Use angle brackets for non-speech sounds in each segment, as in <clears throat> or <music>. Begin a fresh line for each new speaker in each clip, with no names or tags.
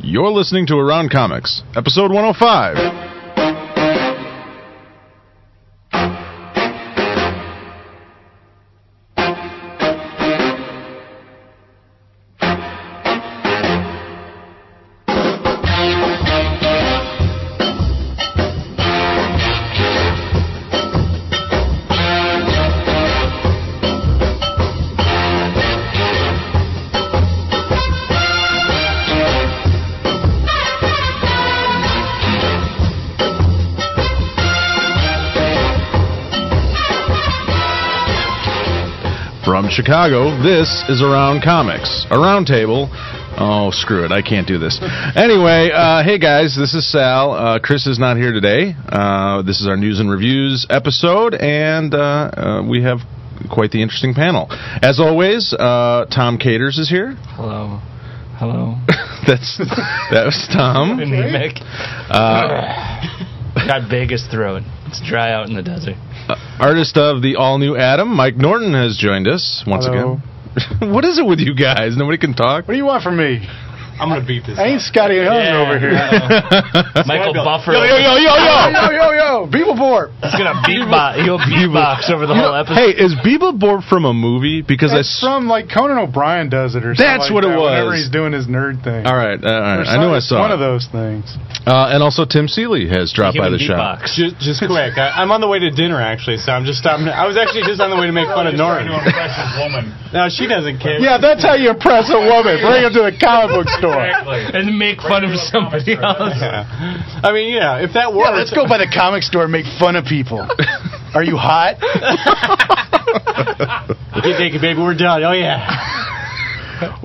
You're listening to Around Comics, episode 105. From Chicago, this is Around Comics, a roundtable. Oh, screw it, I can't do this. Anyway, uh, hey guys, this is Sal. Uh, Chris is not here today. Uh, this is our news and reviews episode, and uh, uh, we have quite the interesting panel. As always, uh, Tom Caters is here. <laughs>
Hello. <laughs> Hello.
That's that was Tom.
<laughs> Anemic.
Uh,
<laughs> Got Vegas throat. It's dry out in the desert.
artist of the all new Adam, Mike Norton has joined us once
Hello.
again. <laughs> what is it with you guys? Nobody can talk.
What do you want from me?
I'm gonna beat this.
<laughs>
I ain't Scotty Young
Yeah.
over here.
<laughs> Michael
Yo
Buffer.
yo yo yo <laughs> yo!
yo, yo, <laughs> yo, Beeble Board.
He's gonna
<laughs>
beatbox. He'll beatbox over the
You know,
whole episode.
Hey, is Biba Borb from a movie? Because I.
That's
s-
from like Conan O'Brien does it or something.
That's
like
what it
that, Whenever
was.
he's doing his nerd thing.
all right, uh, all
Or
right. I
some-
knew I
it's
saw
one
it.
of those things.
Uh, and also, Tim Seeley has dropped by the
Human
shop.
beatbox.
Just, just quick. I, I'm on the way to dinner actually, so I'm just stopping. I was actually just on the way to make fun of Nora. No, she doesn't care.
Yeah, that's how you impress a woman. Bring him to the comic book store.
And make fun of somebody else. <laughs>
Yeah. I mean, yeah. If that works,
Yeah, let's go by the comic store and make fun
<laughs>
of people. Are you hot?
Get naked, baby. We're done. Oh yeah.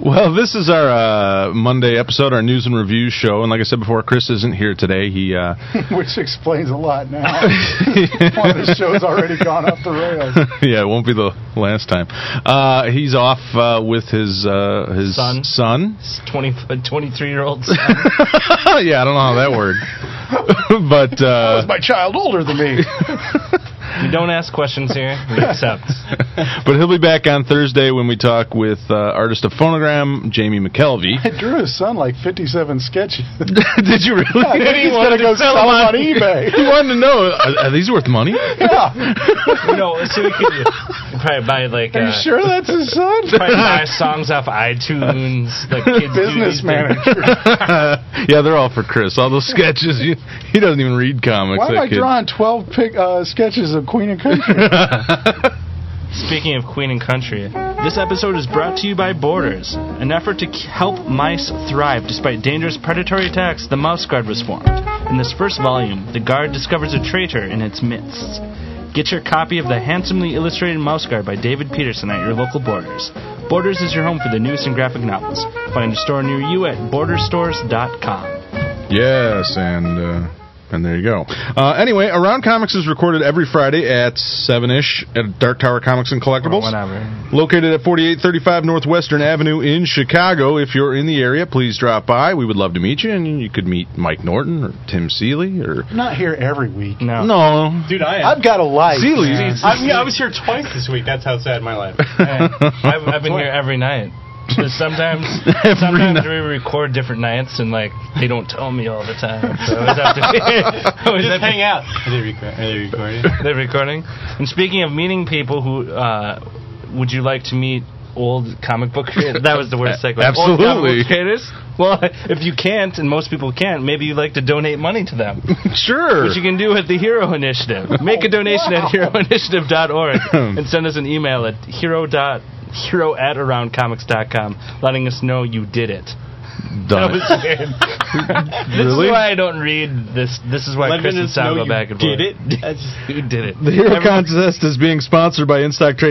Well, this is our uh, Monday episode, our news and review show. And like I said before, Chris isn't here today. He uh, <laughs>
Which explains a lot now. One of the show's already gone off the rails.
<laughs> yeah, it won't be the last time. Uh, he's off uh, with his uh, his
Son.
son. <laughs>
It's 20, a 23 year old.
yeah, I don't know how that worked, <laughs>
<laughs>
but uh,
Is my child older than me?
We don't ask questions here. We accept.
but he'll be back on Thursday when we talk with uh, artist of Phonogram, Jamie McKelvey.
<laughs>
<laughs>
I drew his son like 57 sketches. <laughs>
Did you really?
I think he's going to go sell them on eBay. <laughs>
he wanted to know are, are these worth money?
Yeah.
You know, so we could probably buy like.
Are
uh,
you sure that's his
<laughs>
son?
Probably buy songs off iTunes. Like kids do these things.
Business manager.
<laughs> yeah, they're all for Chris. All those sketches. He, he doesn't even read comics.
Why am
that
I
kid.
drawing 12 pic, uh, sketches of Queen
<laughs>
and Country?
Speaking of Queen and Country, this episode is brought to you by Borders, an effort to k- help mice thrive despite dangerous predatory attacks. The Mouse Guard was formed. In this first volume, the guard discovers a traitor in its midst. Get your copy of the handsomely illustrated Mouse Guard by David Peterson at your local Borders. Borders is your home for the newest and graphic novels. Find a store near you at borderstores.com.
Yes, and uh, and there you go. Uh, anyway, Around Comics is recorded every Friday at seven ish at Dark Tower Comics and Collectibles. Located at 4835 Northwestern Avenue in Chicago. If you're in the area, please drop by. We would love to meet you, and you could meet Mike Norton or Tim Seeley or.
I'm not here every week.
No.
No.
Dude, I am.
I've got a life.
Seeley.
I'm- yeah, I was here twice this week. That's how sad
<laughs>
my life. is.
I've, I've been here every night. 'Cause Sometimes,
Every night.
sometimes we record different nights, and like they don't tell me all the time. So I always have to. I always
Just
have
hang
to
out. Are they, reco- are they recording?
the recording. And speaking of meeting people, who uh, would you like to meet? Old comic book creators. That was the worst segue. Old
Absolutely.
comic book creators. Well, if you can't, and most people can't, maybe you'd like to donate money to them
<laughs> Sure.
which you can do at the Hero
<laughs>
Initiative. Make a donation at
<clears throat>
heroinitiative.org and send us an email at hero dot hero at aroundcomics.com letting us know you did it. That
Done
was
it.
weird.
<laughs>
This
Really?
is why I don't read this. This is why
Let
Chris
me
and
just
Sam
know
go
you
back and
did
forth.
it. That's just-
You did
<laughs>
it.
The Hero
Everyone-
Contest is being sponsored by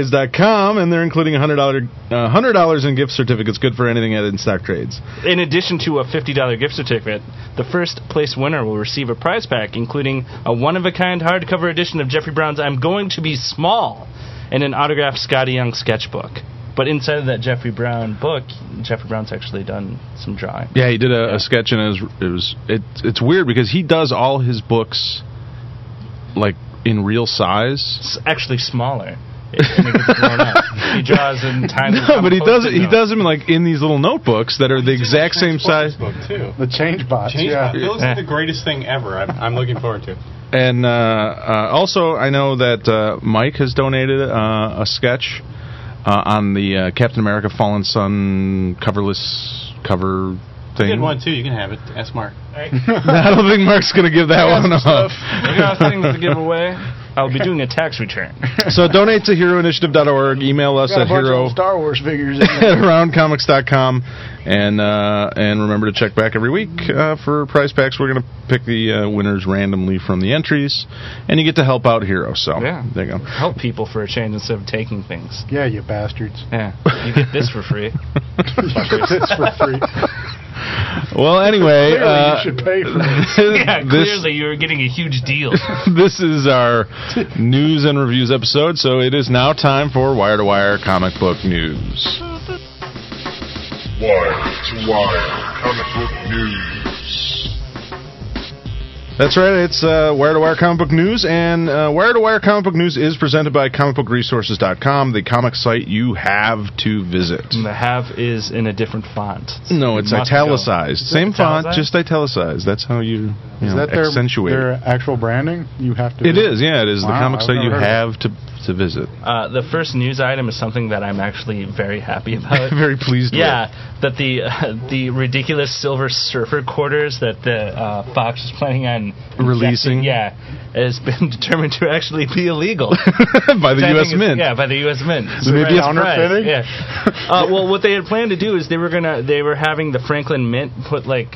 InStockTrades.com, and they're including $100, uh, $100 in gift certificates, good for anything at InStock Trades.
In addition to a $50 gift certificate, the first place winner will receive a prize pack, including a one of a kind hardcover edition of Jeffrey Brown's I'm Going to Be Small and an autographed Scotty Young sketchbook. But inside of that Jeffrey Brown book, Jeffrey Brown's actually done some drawing.
Yeah, he did a, a sketch, and it was, it was it, it's weird because he does all his books like in real size.
It's actually smaller. and it gets blown up. He
<laughs>
draws in time.
<laughs> No, but he does it. He does them like in these little notebooks that are <laughs> the exact same size.
Book too.
The change bots.
Change
yeah.
Those are the greatest thing ever. I'm, I'm looking forward to. it.
And uh, uh, also, I know that uh, Mike has donated uh, a sketch uh, on the uh, Captain America: Fallen Sun coverless cover
You
thing.
did one too. You can have it. Ask Mark.
<laughs> I don't think Mark's going to give that one up.
Maybe I was thinking of the giveaway. I'll be doing a tax return.
<laughs> So donate to heroinitiative.org. Email us
Got a
at
bunch of
hero
old Star Wars figures.
<laughs>
In there.
at aroundcomics.com and uh, and remember to check back every week uh, for prize packs. We're going to pick the uh, winners randomly from the entries, and you get to help out Hero. So
Yeah.
there you go.
Help people for a change instead of taking things.
yeah, you
<laughs>
bastards. <laughs>
Yeah, you get this for free.
it's for free.
Well, anyway,
Clearly,
uh,
you should
<laughs>
pay for
<laughs>
this.
Yeah,
this
clearly you're getting a huge deal.
<laughs> this is our news and reviews episode. So it is now time for wire to wire comic book news.
Wire to Wire Comic Book News.
That's right. It's uh, Wire to Wire Comic Book News, and uh, Wire to Wire Comic Book News is presented by ComicBookResources.com, the comic site you have to visit.
<laughs> And the have is in a different font.
No, it's
It must go.
italicized.
Is it
Same font,
italicized?
just italicized. That's how you, you
Is
know,
that their,
accentuate.
their actual branding? You have to.
it is, yeah. It is the
Wow,
comic
I've
site you
never heard
have to to visit.
Uh, the first news item is something that I'm actually very happy
<laughs>
about.
Very pleased.
Yeah, that the uh, the ridiculous Silver Surfer quarters that the uh, Fox is planning on
Releasing?
injecting, yeah, has been <laughs> determined to actually be illegal.
with. by <laughs> the
Which I
U.S.
think is-
Mint.
Yeah, by the U.S. Mint.
So maybe it's
Surprise,
counterfeiting?
Yeah.
<laughs>
Uh, well, what they had planned to do is they were gonna they were having the Franklin Mint put like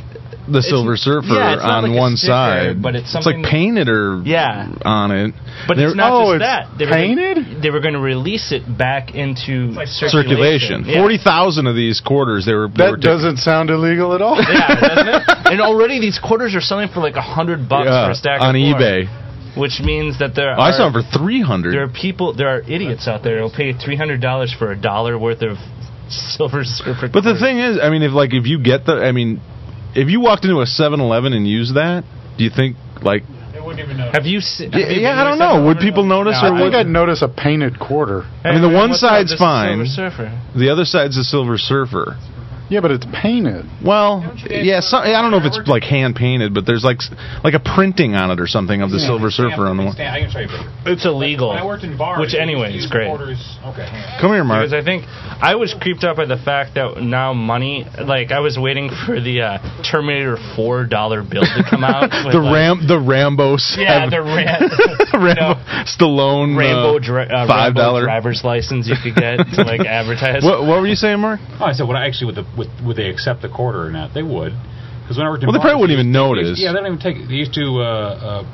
the
It's-
Silver Surfer
yeah, it's not
on
like a
one
sticker,
side,
but it's
like
something-
painted or
Yeah.
on it.
But
They're-
it's not
oh,
just
it's
that. They Were gonna,
painted?
they were going to release it back into circulation.
circulation.
Yeah.
Forty thousand of these quarters. They were. They were
That
taking-
doesn't sound illegal at all. <laughs>
Yeah, doesn't it? and already these quarters are selling for like a hundred bucks
Yeah,
for a stack
on
of four,
eBay.
which means that there are
I saw them for three
there are
hundred.
people there are idiots out there who'll pay three hundred dollars for a dollar worth of <laughs> silver surfer.
But the
quarters.
thing is, I mean, if like if you get the, I mean, if you walked into a 7-Eleven and used that, do you think like?
have you seen?
Yeah, yeah, I don't know. Would people notice
I
or
think
would?
I'd notice a painted quarter.
I mean, the one side's fine.
Silver surfer.
The other side's a Silver Surfer.
Yeah, but it's painted.
Well, yeah, so, I don't know if it's like hand painted, but there's like s- like a printing on it or something of the Silver Surfer on the one.
I can show you. a picture.
It's illegal.
When I worked in bars,
Which
we
anyway
used
is great.
quarters- Okay, hang on.
Come here, Mark.
Because I think I was creeped out by the fact that now money, like I was waiting for the uh, Terminator four dollar bill to come out.
<laughs>
with,
the
like-
Ram, the Rambo.
Yeah,
seven- <laughs>
the Ram- <laughs>
Rambo, Stallone,
Rambo,
uh,
dri- uh,
five
Rambo
dollar.
driver's license you could get to
<laughs>
like advertise.
What, what were you saying, Mark?
Oh, I said, would I actually would, the, would would they accept the quarter or not? They would, because when I worked in
Well, they
bars,
probably wouldn't
used-
even notice.
Yeah, they don't even take. They used to uh, uh,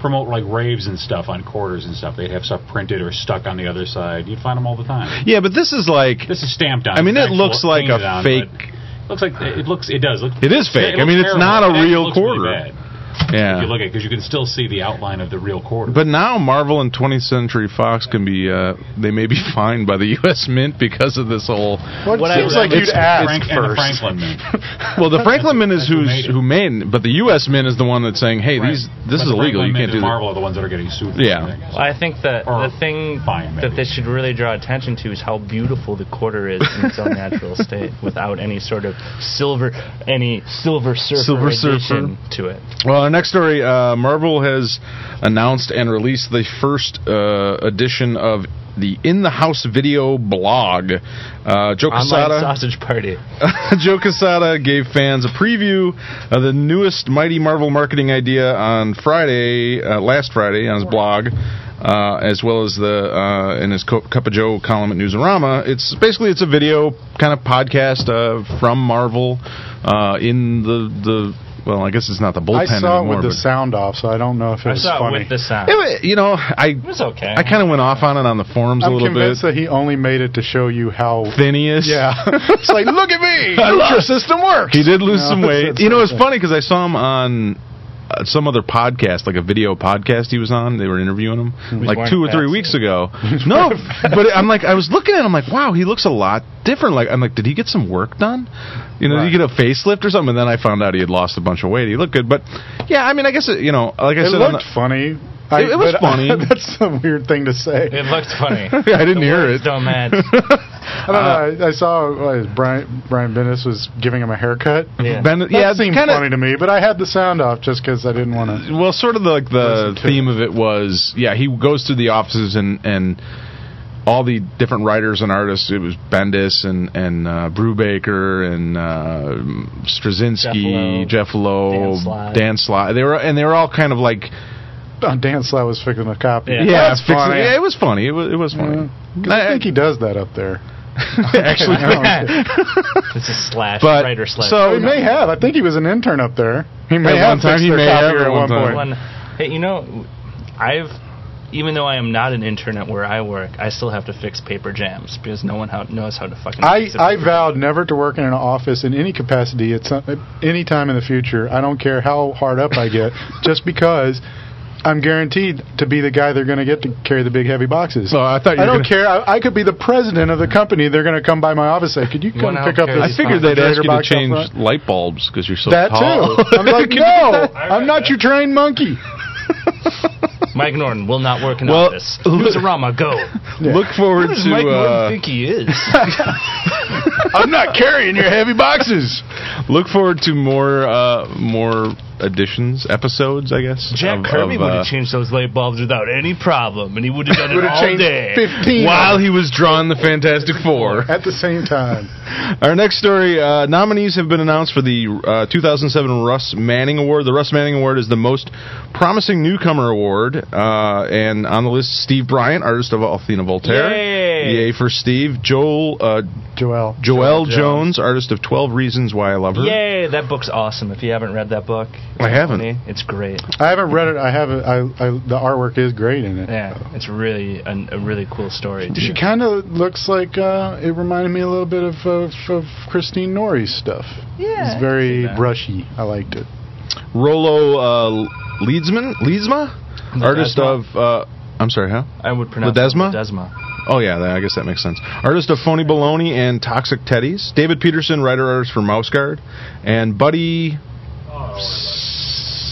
promote like raves and stuff on quarters and stuff. They'd have stuff printed or stuck on the other side. You'd find them all the time.
Yeah, but this is like
This is stamped on.
I mean,
It's
it
actual-
looks like
painted
a
on,
fake.
but Looks like it looks. It does. Look,
It is fake. I
looks
mean, it's
terrible.
not a
It actually
real
looks really
quarter.
bad if
Yeah.
you look at because you can still see the outline of the real quarter.
but now Marvel and 20th Century Fox can be uh, they may be <laughs> fined by the U.S. Mint because of this whole.
Well, it
What I
seems
was-
like
it's-
you'd ask
Frank and the
first.
Franklin Mint.
Well, the Franklin Mint is who's
who made it.
who made, it, but the U.S. Mint is the one that's saying, hey, <laughs> these this
But
is
the
illegal.
Franklin
You
Mint
can't
and
do that.
Marvel are the ones that are getting sued. for
Yeah.
things.
I think that
Or
the thing
fine, maybe.
that they should really draw attention to is how beautiful the quarter is in its
<laughs>
own natural state, without any sort of silver, any silver surfer
Silver
addition to it.
Well, our next story uh, Marvel has announced and released the first uh, edition of the In the House video blog. Uh, Joe
Online
Quesada.
sausage party.
<laughs> Joe Quesada gave fans a preview of the newest Mighty Marvel marketing idea on Friday, uh, last Friday, on his blog, uh, as well as the uh, in his Co- Cup of Joe column at Newsarama. It's basically it's a video kind of podcast uh, from Marvel uh, in the the well, I guess it's not the bullpen
I saw it
anymore.
with the
but-
sound off, so I don't know if it
I
was
saw it
funny.
with the sound.
It wa- you know, I
It was okay.
I kind of went off on it on the forums a
I'm
little bit.
convinced that he only made it to show you how.
Phineas,
<laughs> yeah, it's like look at
<laughs>
me.
I love
Your
it.
system works.
He did lose
No,
some
that's-
weight.
that's
You know,
not
it's
bad.
funny because I saw him on uh, some other podcast, like a video podcast he was on. They were interviewing him like
wearing
two or three
fats.
weeks ago.
<laughs>
no, but I'm like, I was looking at him like, wow, he looks a lot different. Like, I'm like, did he get some work done? You know, did he get a facelift or something? And then I found out he had lost a bunch of weight. He looked good, but yeah, I mean, I guess it, you know, like I
It
said, on
looked funny.
the-
I-
It- it was
but
funny.
<laughs> that's a weird thing to say.
It
<laughs>
looked
<laughs>
funny.
I didn't hear it. <laughs>
Don't match.
I don't know. I, I saw uh, Brian Brian Bendis was giving him a haircut.
Yeah.
Ben,
That
yeah,
seemed
kinda,
funny to me, but I had the sound off just because I didn't want to.
well, sort of the, like the
Listen to
theme of it was, yeah, he goes to the offices and and all the different writers and artists. It was Bendis and and uh, Brubaker and uh, Straczynski, Jeff Lowe,
Dan Slott.
Dan Slott. They were and they were all kind of like,
Uh, Dan Slott was fixing a copy.
Yeah.
yeah,
That's
fixing-
funny.
yeah, it was funny. It was it was funny.
Yeah. I think he does that up
<laughs>
there.
<laughs> actually.
<laughs> I don't-
It's a slash
But
writer slash.
so
he may have. I think he was an intern up there. He may
At
have
one time,
fixed
he
their
may have
copier
at
at
one
one
time.
point.
one, hey, you know, I've even though I am not an intern at where I work, I still have to fix paper jams because no one how, knows how to fucking.
I,
fix a
I
paper
vowed never to work in an office in any capacity at some, at any time in the future. I don't care how hard up
<laughs>
I get, just because I'm guaranteed to be the guy they're going to get to carry the big heavy boxes.
So I thought you
I
were gonna-
don't care. I, I could be the president of the company. They're going to come by my office and say, "Could you
You
come
wanna
pick
help
up
carry
this?"
I figured they'd ask you to
box out
change
front?"
light bulbs because you're so
that
tall.
too. <laughs> I'm like, no, I'm not your
<laughs>
trained monkey.
jam. Mike Norton will not work in
Well,
office.
<laughs>
Newsarama, go.
<laughs> Look forward
Who does
to.
Mike Norton
uh,
think he is?
<laughs> I'm not carrying your heavy boxes. Look forward to more uh, more editions, episodes, I guess.
Jack
of-
Kirby
of,
would
uh,
have changed those light bulbs without any problem, and he would have
<laughs>
done it
Would've
all
changed
day.
15
while he was drawing the Fantastic Four.
at the same time.
<laughs> Our next story: uh, nominees have been announced for the uh, 2007 Russ Manning Award. The Russ Manning Award is the most promising newcomer award, uh, and on the list, Steve Bryant, artist of Athena Voltaire.
Yay.
Yay for Steve. Joel uh,
Joel.
Joel Jones, artist of 12 Reasons Why I Love Her.
Yay, that book's awesome. If you haven't read that book,
I haven't.
It's great.
I haven't read it. I haven't. I, I the artwork is great in it.
Oh.
Yeah, it's really an, a really cool story.
She
too.
kind of looks like uh, it reminded me a little bit of, of, of Christine Nori's stuff.
Yeah, I
it's very
can see that.
brushy. I liked it.
Rolo uh, Leedsman, Leedsma, artist of. Uh, I'm sorry, huh?
I would pronounce
Ledesma?
it Ledesma.
Oh yeah, that, I guess that makes sense. Artist of Phony Baloney and Toxic Teddies. David Peterson, writer artist for Mouse Guard, and Buddy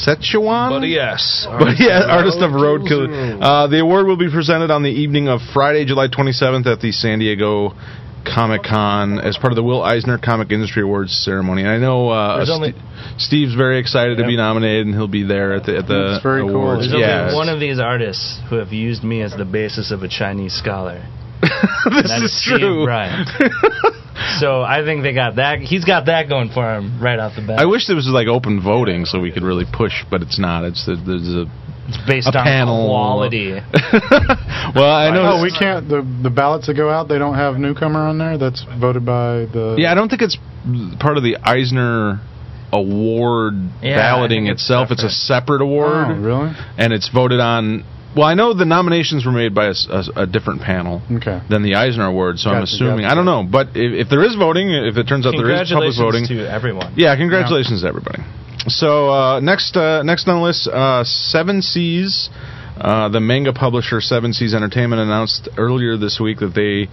Sechuan.
yes.
But yeah, artist of Roadkill. Uh, the award will be presented on the evening of Friday, July 27th at the San Diego Comic Con as part of the Will Eisner Comic Industry Awards ceremony. And I know uh,
There's only-
Ste- Steve's very excited to be nominated, and he'll be there at the at the
That's very cool.
awards.
There's
Yeah, <laughs>
only one of these artists who have used me as the basis of a Chinese scholar.
this
That
is,
is Steve
true.
Bryant. So I think they got that. He's got that going for him right off the
<laughs>
bat.
I wish there was like open voting so we could really push, but it's not. It's the, there's
<laughs>
a
it's based
a
on
panel.
quality.
well, I know.
Oh,
No, Oh, we can't. The the ballots that go out, they don't have newcomer on there. That's voted by the.
Yeah, I don't think it's part of the Eisner award
Yeah,
balloting
I think it's
itself. It's a separate award,
Oh, really?
and it's voted on. Well, I know the nominations were made by a, s- a s- a different panel
Okay.
than the Eisner Award, so I'm
Gotcha,
assuming
gotcha.
I don't know. But if, if there is voting, if it turns out there is public
Congratulations
voting,
to everyone.
yeah, congratulations to everybody. So uh, next, uh, next on the list, uh, Seven Seas. Uh, the manga publisher Seven Seas Entertainment announced earlier this week that they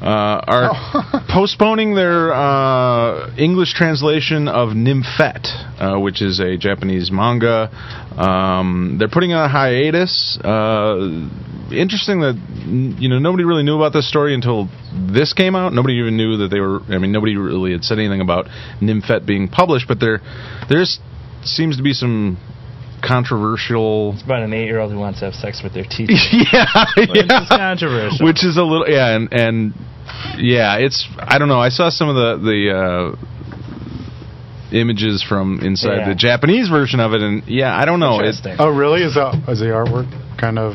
uh, are <laughs> postponing their uh, English translation of Nymphette, uh, which is a Japanese manga. Um, they're putting on a hiatus. Uh, interesting that n- you know nobody really knew about this story until this came out. Nobody even knew that they were. I mean, nobody really had said anything about Nymphette being published. But there, there's seems to be some controversial.
About an eight-year-old who wants to have sex with their teacher.
<laughs> yeah,
Which is
<laughs> yeah.
controversial.
which is a little yeah, and and yeah, it's I don't know. I saw some of the the. Uh, Images from inside
Yeah.
the Japanese version of it, and yeah, I don't know. It,
Interesting.
Oh, really? Is that is the artwork kind of?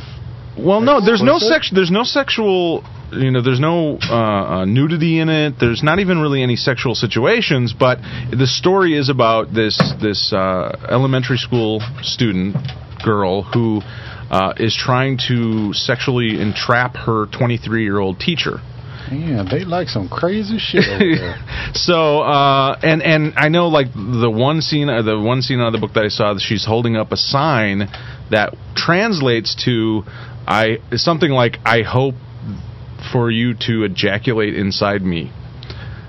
Well, no, there's no
Explicit?
sex. There's no sexual. You know, there's no uh, uh, nudity in it. There's not even really any sexual situations. But the story is about this this uh, elementary school student girl who uh, is trying to sexually entrap her 23 year old teacher.
Yeah, they like some crazy shit over there.
So uh, and and I know like the one scene uh, the one scene out of the book that I saw she's holding up a sign that translates to I something like I hope for you to ejaculate inside me.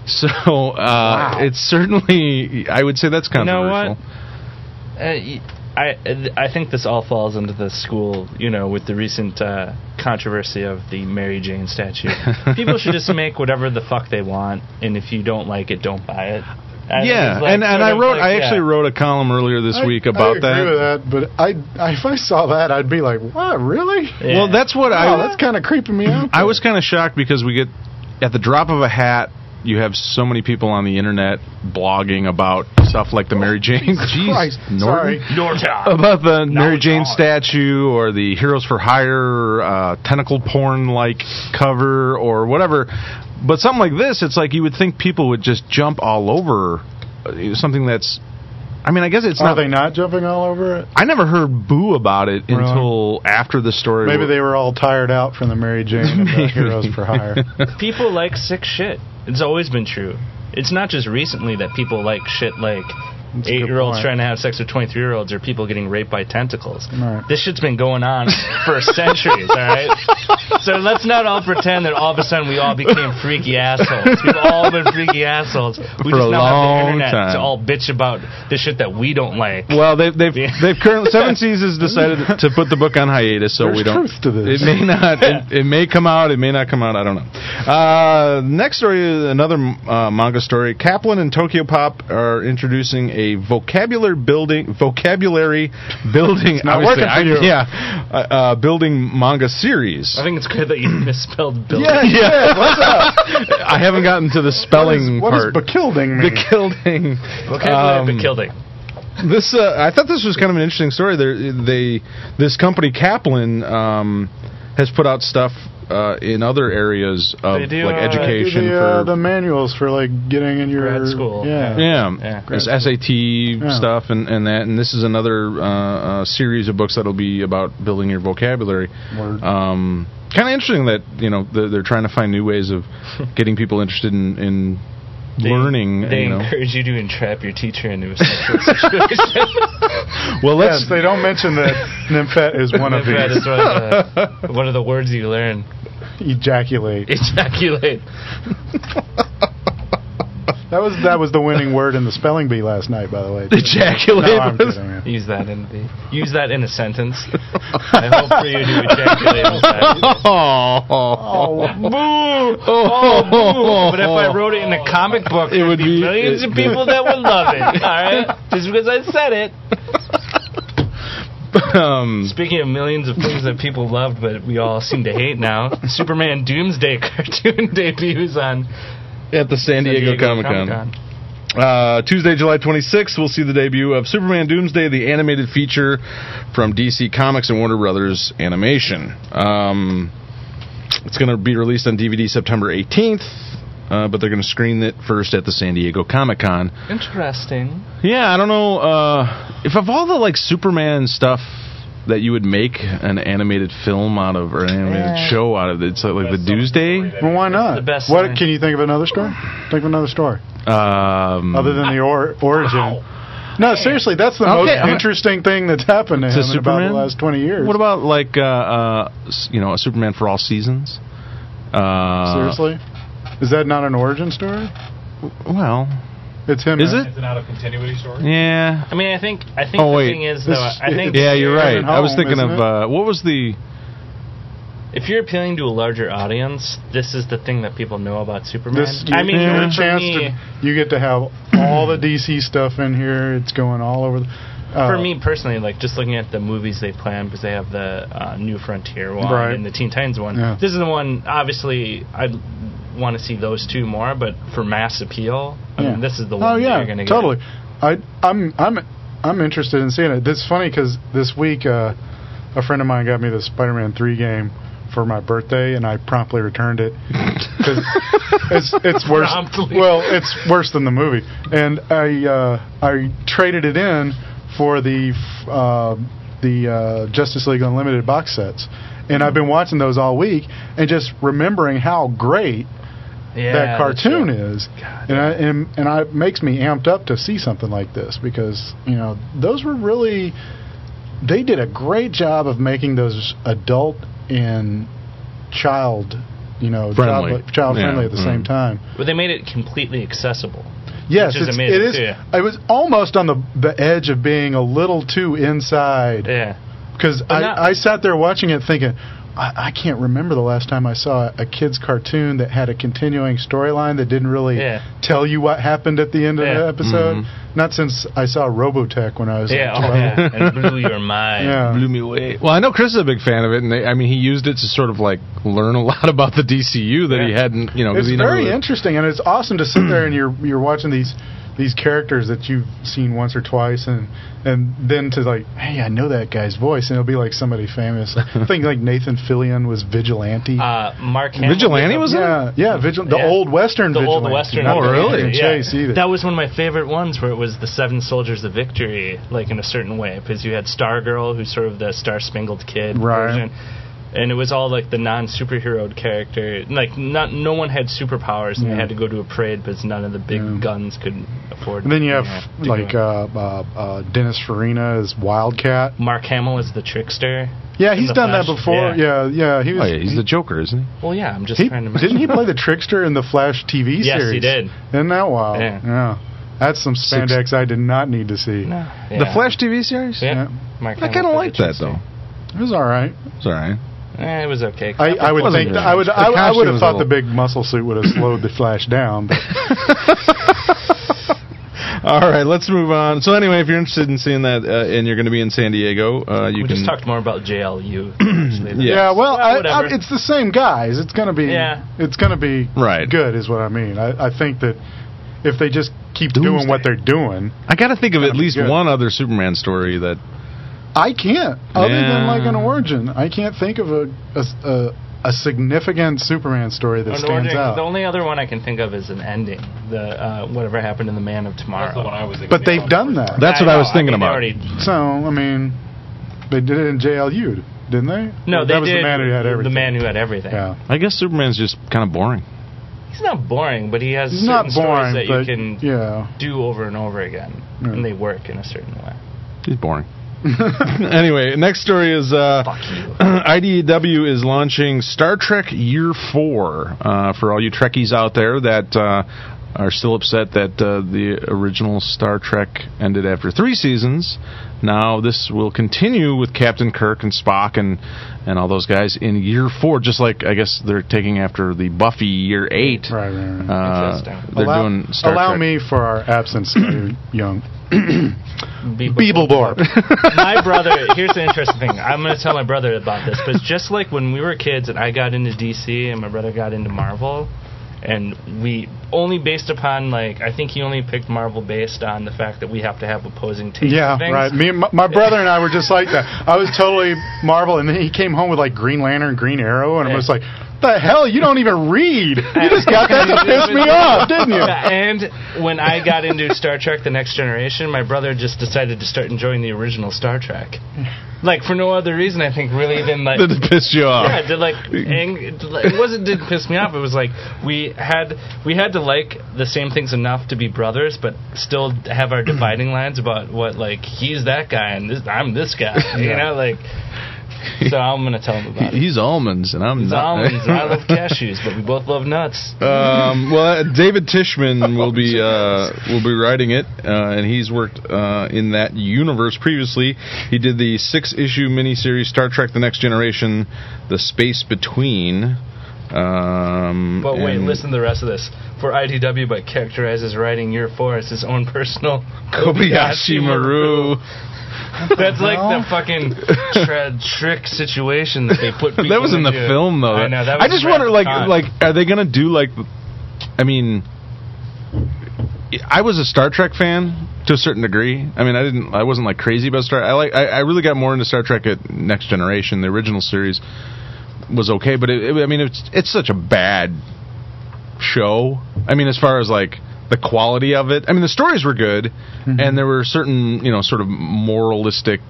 So uh, it's certainly I would say that's
know
controversial.
what? Uh, y- I I think this all falls into the school, you know, with the recent uh, controversy of the Mary
<laughs>
Jane statue. People should just make whatever the fuck they want, and if you don't like it, don't buy it. And
yeah,
it's like
and
sort
and I
of
wrote
like,
I
yeah.
actually wrote a column earlier <laughs> this
I-
week about
I agree with that, but I, I if I saw that, I'd be like, "What? Really?
Yeah.
Well, that's what I
Wow, Oh, that's kind of creeping me out."
I was kind of shocked because we get at the drop of a hat. You have so many people on the internet blogging about stuff like the Mary Jane. <laughs> Jeez,
Oh, Christ.
Norton?
Sorry.
About the Mary
it's
Jane
not.
statue or the Heroes for Hire uh, tentacle porn like cover or whatever. But something like this, it's like you would think people would just jump all over uh, something that's. I mean, I guess it's
Are
not.
they not jumping all over it?
I never heard boo about it
Really?
until after the story.
Maybe they were all tired out from the Mary Jane
<laughs>
and the Heroes for Hire.
people like sick shit. It's always been true. It's not just recently that people like shit like
That's a good
eight year olds
point.
trying to have sex with 23 year olds or people getting raped by tentacles.
Right.
This shit's been going on for centuries, all right? So let's not all pretend that all of a sudden we all became freaky assholes. We've all been freaky assholes. We
For
just
a
now have
long
the internet
time.
to all bitch about the shit that we don't like.
Well, they've they've
Yeah.
they've currently
<laughs>
Seven Seas has decided to put the book on hiatus, so
There's
we don't.
truth to this.
It
<laughs>
may not. It, it may come out. It may not come out. I don't know. Uh, next story, is another uh, manga story. Kaplan and Tokyo Pop are introducing a vocabulary building vocabulary building.
not
obviously,
working for you.
Yeah, uh, uh, building manga series. <laughs>
I think it's good that you <coughs> misspelled Bill.
yeah,
<laughs>
yeah. What's up? I haven't gotten to the spelling
what does
part. <laughs>
bekilding mean?
Bekilding.
Vocabulary
Um,
but killed it.
this uh, I thought this was kind of an interesting story. There, they this company Kaplan um, has put out stuff uh, in other areas of
They do,
like
uh,
education
the, uh,
for
the manuals for like getting in your
Grad school.
Yeah.
yeah,
Yeah.
it's SAT stuff and, and that. And this is another uh, uh, series of books that'll be about building your vocabulary.
Word.
Um, kind of interesting that you know they're, they're trying to find new ways of getting people interested in. in
They-
learning
They
you know.
encourage you to entrap your teacher into a sexual <laughs> situation.
well let's
<laughs> Yes, they don't mention that nymphet is one of
That is
these.
one of the, one of the words you learn. <laughs>
Ejaculate.
Ejaculate.
That was that was the winning word in the spelling bee last night, by
<laughs>
the way.
<laughs> ejaculate
No, I'm
was-
kidding, man.
Use that in the use that in a sentence. I hope for you to ejaculate. in that.
Oh,
Boo! Oh, boo! But if I wrote it in a comic book, it would be millions of people that would love it. All right, just because I said it.
um,
Speaking of millions of things that people loved, but we all seem to hate now, Superman Doomsday <laughs> cartoon debuts on
at the San Diego, Comic Con. Uh, Tuesday, July 26th, we'll see the debut of Superman Doomsday, the animated feature from DC Comics and Warner Brothers Animation. Um, it's going to be released on DVD September 18th, uh, but they're going to screen it first at the San Diego Comic Con.
Interesting.
Yeah, I don't know uh, if of all the like Superman stuff that you would make an animated film out of or an animated
Yeah.
show out of, it's like, like the Doomsday.
Well, why not?
the best
what
thing.
can you think of another story? Think of another story
Um,
other than the or, origin. No, seriously, that's the most
Okay, I'm-
interesting thing that's happened to,
To
him in about
Superman?
the last twenty years.
What about like uh, uh, s- you know a Superman for all seasons? Uh,
seriously? Is that not an origin story?
Well,
It's him.
is
man.
it?
Is it out of continuity story?
Yeah.
I mean, I think I think
Oh,
the
wait.
thing is though,
This-
I think
Yeah, you're right. I was
Home,
thinking of
isn't
uh, what was the
if you're appealing to a larger audience, this is the thing that people know about Superman.
This, you,
I mean,
you get a
for
chance
me,
to you get to have all the DC stuff in here. It's going all over. The, uh,
for me personally, like just looking at the movies they plan because they have the uh, New Frontier one
Right.
and the Teen Titans one.
Yeah.
This is the one. Obviously, I want to see those two more, but for mass appeal, I mean, this is the one
Oh yeah,
that you're going to
totally. I I'm I'm I'm interested in seeing it. It's funny because this week uh, a friend of mine got me the Spider-Man three game for my birthday, and I promptly returned
<laughs>
it 'Cause it's it's worse.
Promptly.
Well, it's worse than the movie, and I uh, I traded it in for the f- uh, the uh, Justice League Unlimited box sets. And I've been watching those all week, and just remembering how great
Get. Yeah,
that
that's
cartoon
right.
is, and I and, and I it makes me amped up to see something like this because you know those were really they did a great job of making those adult and child you know
Friendly.
child, child
Yeah,
friendly at the
mm.
same time.
But they made it completely accessible.
Yes,
Which is
it's,
amazing,
it is.
too.
I was almost on the the edge of being a little too inside
Yeah.
because
But
I,
not-
I sat there watching it thinking I, I can't remember the last time I saw a, a kids cartoon that had a continuing storyline that didn't really
Yeah.
tell you what happened at the end of
Yeah. Mm-hmm.
the episode.
Mhm.
Not since I saw Robotech when I was
Yeah.
like
Oh,
12.
yeah. And
<laughs>
blew your mind.
Yeah.
blew me away. Well, I know Chris is a big fan of it, and they, I mean, he used it to sort of like learn a <laughs> lot about the DCU that he
Yeah.
hadn't, Oh, you know. 'cause
It's
he never
very
really-
interesting, and it's awesome to sit there and you're you're watching these these characters that you've seen once or twice, and and then to like, hey, I know that guy's voice, and it'll be like
<laughs>
somebody famous. I think like Nathan Fillion was Vigilante.
Uh, Mark Hamill
Vigilante was in it?
yeah, yeah, Vigil- the
Yeah.
old Western
the
Vigilante.
old western.
Oh,
not the
really?
Indian
Yeah.
Chase either.
That was one of my favorite ones, where it was the Seven Soldiers of Victory, like in a certain way, because you had Stargirl, who's sort of the Star Spangled Kid
Right.
version, and it was all like the non-superheroed character. Like not no one had superpowers, and they
Yeah.
had to go to a parade because none of the big
Yeah.
guns could afford.
and then you have
to go.
like uh, uh, uh, Dennis Farina as Wildcat.
Mark Hamill is the trickster.
Yeah,
In
he's
the
done that
Flash,
before. Yeah, yeah, he
Oh,
was.
yeah, he's the Joker, isn't he?
Well, yeah, I'm just
he,
trying to.
didn't he play the trickster in the Flash
<laughs>
TV
Yes,
series?
he did.
Isn't that wild?
Yeah.
That's some spandex I did not need to see.
No,
The
yeah.
Flash TV series.
Yeah.
Yeah.
Mark
I kind of
Hamill
liked
played the
that
trickster.
though.
It was all right.
It's all right.
Eh, it was okay.
I, I would
wasn't
think
good.
I would
The
I, I
costume
would have
was a
thought the
little-
big muscle suit would have slowed the Flash down.
<laughs>
But
All right, let's move on. So anyway, if you're interested in seeing that, uh, and you're going to be in San Diego, uh, you
we
can.
just talked more about <clears throat> JLU. actually, than-
Yeah.
yeah, well, I,
whatever.
I, it's the same guys. It's gonna be
Yeah.
it's gonna be
Right.
good is what I mean. I, I think that if they just keep doing what they're doing,
I got to think of at least
good.
one other Superman story that.
I can't other
Yeah.
than like an origin. I can't think of a a, a, a significant Superman story that
An
stands
origin-
out.
The only other one I can think of is an ending. The uh, whatever happened in the Man of Tomorrow.
That's the one I was thinking
But they've
of.
done that.
That's what I
know,
was thinking
mean, they
about.
already-
So I mean, they did it in JLU, didn't they?
no,
That
they
was
did.
the man who had everything.
The man who had everything.
Yeah.
I guess Superman's just kind of boring.
He's not boring, but he has
He's
certain
not
stories
boring,
that
but
you can
yeah. <laughs>
do over and over again,
Yeah.
and they work in a certain way.
He's boring. <laughs> anyway, next story is uh,
Fuck
<clears throat>
you.
IDW is launching Star Trek Year Four uh, for all you Trekkies out there that uh, are still upset that uh, the original Star Trek ended after three seasons. Now this will continue with Captain Kirk and Spock and and all those guys in Year Four, just like I guess they're taking after the Buffy Year Eight.
Right, right, right.
Uh,
Interesting.
they're
allow
doing Star
allow
<laughs> Trek.
me for our
<coughs>
absence, Mr. Young.
Be-
Beeblebor.
<laughs> my
<laughs>
brother. Here's the interesting thing. I'm going to tell my brother about this, but just like when we were kids and I got into DC and my brother got into Marvel, and we only based upon like I think he only picked Marvel based on the fact that we have to have opposing tastes.
yeah,
and things.
right. Me, and my, my brother and I were just like that. I was totally Marvel, and then he came home with like Green Lantern, Green Arrow, and
Yeah.
I'm just like, the hell, you don't even
<laughs>
read. You just got that to piss me off, didn't you?
Yeah, <laughs> and when I got into Star Trek: The Next Generation, my brother just decided to start enjoying the original Star
<laughs>
Trek, like for no other reason I think really than like
Did it piss you off?
<laughs> Yeah, did like ang- it wasn't didn't piss me off. It was like we had we had to like the same things enough to be brothers, but still have
<clears throat>
our dividing lines about what like he's that guy and this, I'm this guy. <laughs> You know, like so I'm gonna tell him about it.
He's almonds, and I'm
He's
not.
almonds.
<laughs>
I love cashews, but we both love nuts.
Um, well, uh, David Tishman will be uh, will be writing it, uh, and he's worked uh, in that universe previously. He did the six issue miniseries Star Trek: The Next Generation, The Space Between. Um,
But wait,
and-
listen to the rest of this. For IDW, but characterizes writing year four as his own personal
Kobayashi Maru.
That's like the fucking tra- trick situation that they put. People
<laughs> That was in the
into.
film, though.
I know. That was
I just
right
wonder,
at the
like,
time.
like, are they gonna do like? I mean, I was a Star Trek fan to a certain degree. I mean, I didn't, I wasn't like crazy about Star. I like, I, I really got more into Star Trek at Next Generation. The original series was okay, but it, it- I mean, it's it's such a bad show. I mean, as far as like the quality of it, I mean, the stories were good, and there were certain you know sort of moralistic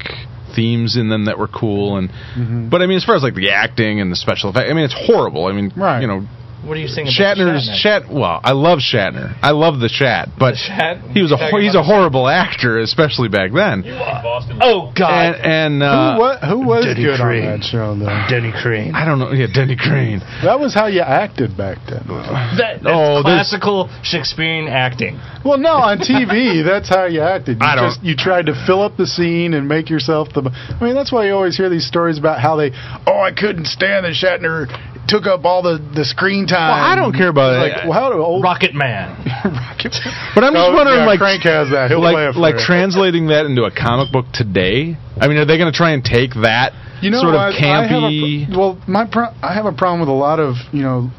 themes in them that were cool and but i mean as far as like the acting and the special effect i mean it's horrible i mean
Right.
you know
What are you singing? about
Shatner's Shat. Well, I love Shatner. I love the Shat, but
Shat?
he was a
You're talking
hor- he's a
about the-
horrible actor, especially back then.
Boston.
Oh
And,
God,
and uh,
who, what, who was
Denny
good
Crane.
on that show, though?
Denny Crane.
I don't know. Yeah, Denny Crane.
That was how you acted back then.
That, that's
Oh, there's-
classical Shakespearean acting.
Well, no, on TV, <laughs> that's how you acted. You
I don't-
you tried to fill up the scene and make yourself the. I mean, that's why you always hear these stories about how they, oh, I couldn't stand that Shatner took up all the, the screen time.
Well, I don't care about
Like,
that.
well, how do old
Rocket Man.
Rocket?
But I'm just
Oh,
wondering,
yeah,
like,
Crank has that. He'll play it
like,
for
like
you.
translating that into a comic book today. I mean, are they going to try and take that
you know
sort
what?
of
I have
campy?
a, pro- well, my pro- I have a problem with a lot of you know,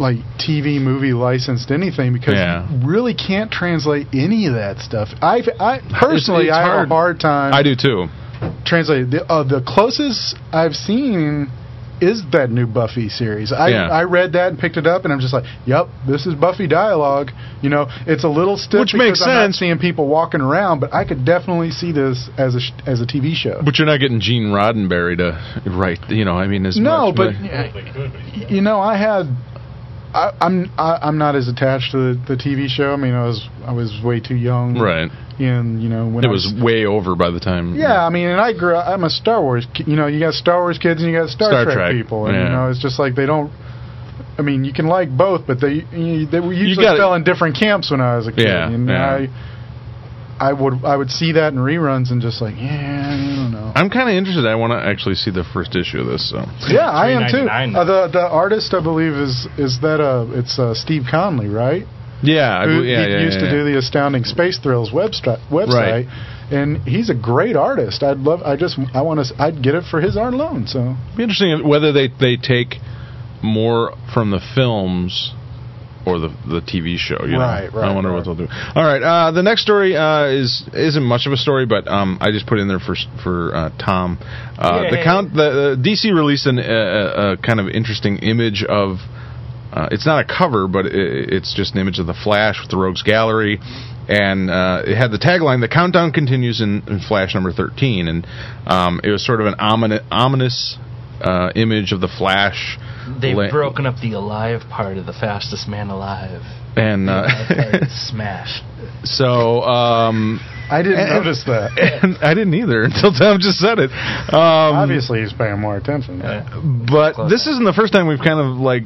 like TV, movie, licensed anything because
Yeah.
you really can't translate any of that stuff. I've, I personally,
it's
I
hard.
have a hard time.
I do too.
translated. The, uh, the closest I've seen is that new Buffy series. I,
Yeah.
I read that and picked it up, and I'm just like, yep, this is Buffy dialogue. You know, it's a little stiff
Which makes
because I'm not
sense.
seeing people walking around, but I could definitely see this as a sh- as a TV show.
But you're not getting Gene Roddenberry to write. You know, I mean, as
no,
much,
but you know, I had. I, I'm I, I'm not as attached to the, the TV show. I mean, I was I was way too young,
right,
And you know, when
it
I
was way over by the time.
Yeah, I mean, and I grew up. I'm a Star Wars. ki- You know, you got Star Wars kids and you got Star,
Star
Trek,
Trek,
people, and
yeah.
you know, it's just like they don't. I mean, you can like both, but they you- they were usually
gotta-
fell in different camps when I was a kid.
Yeah,
and
yeah.
I, I would I would see that in reruns and just like, yeah, I
<laughs>
don't know.
I'm kind of interested. I want to actually see the first issue of this. So
yeah, I am too.
$3.99
Uh, the the artist I believe is is that uh it's uh, Steve Conley, right?
yeah, I,
who
yeah,
he
yeah,
used
yeah,
to do the astounding space thrills webstri- website and he's a great artist i'd love i just i want to i'd get it for his art alone so
It'd be interesting whether they they take more from the films or the the TV show. You know?
Right, right,
I wonder
right.
what they'll do. All right, uh, the next story uh, is isn't much of a story, but um, I just put in there for for uh, Tom. Uh, the
Yay.
count the uh, DC released an, uh, uh, a kind of interesting image of. Uh, it's not a cover, but i it's just an image of the Flash with the Rogues Gallery, and uh, it had the tagline "The countdown continues" in, in Flash number thirteen, and um, it was sort of an ominous, ominous uh, image of the Flash.
They've
la-
broken up the alive part of the fastest man alive.
and uh,
<laughs> Smash.
<laughs> so um,
i didn't
And-
notice that
and I didn't either until Tom just said it. Um,
obviously he's paying more attention
but
Close
this
enough.
isn't the first time we've kind of like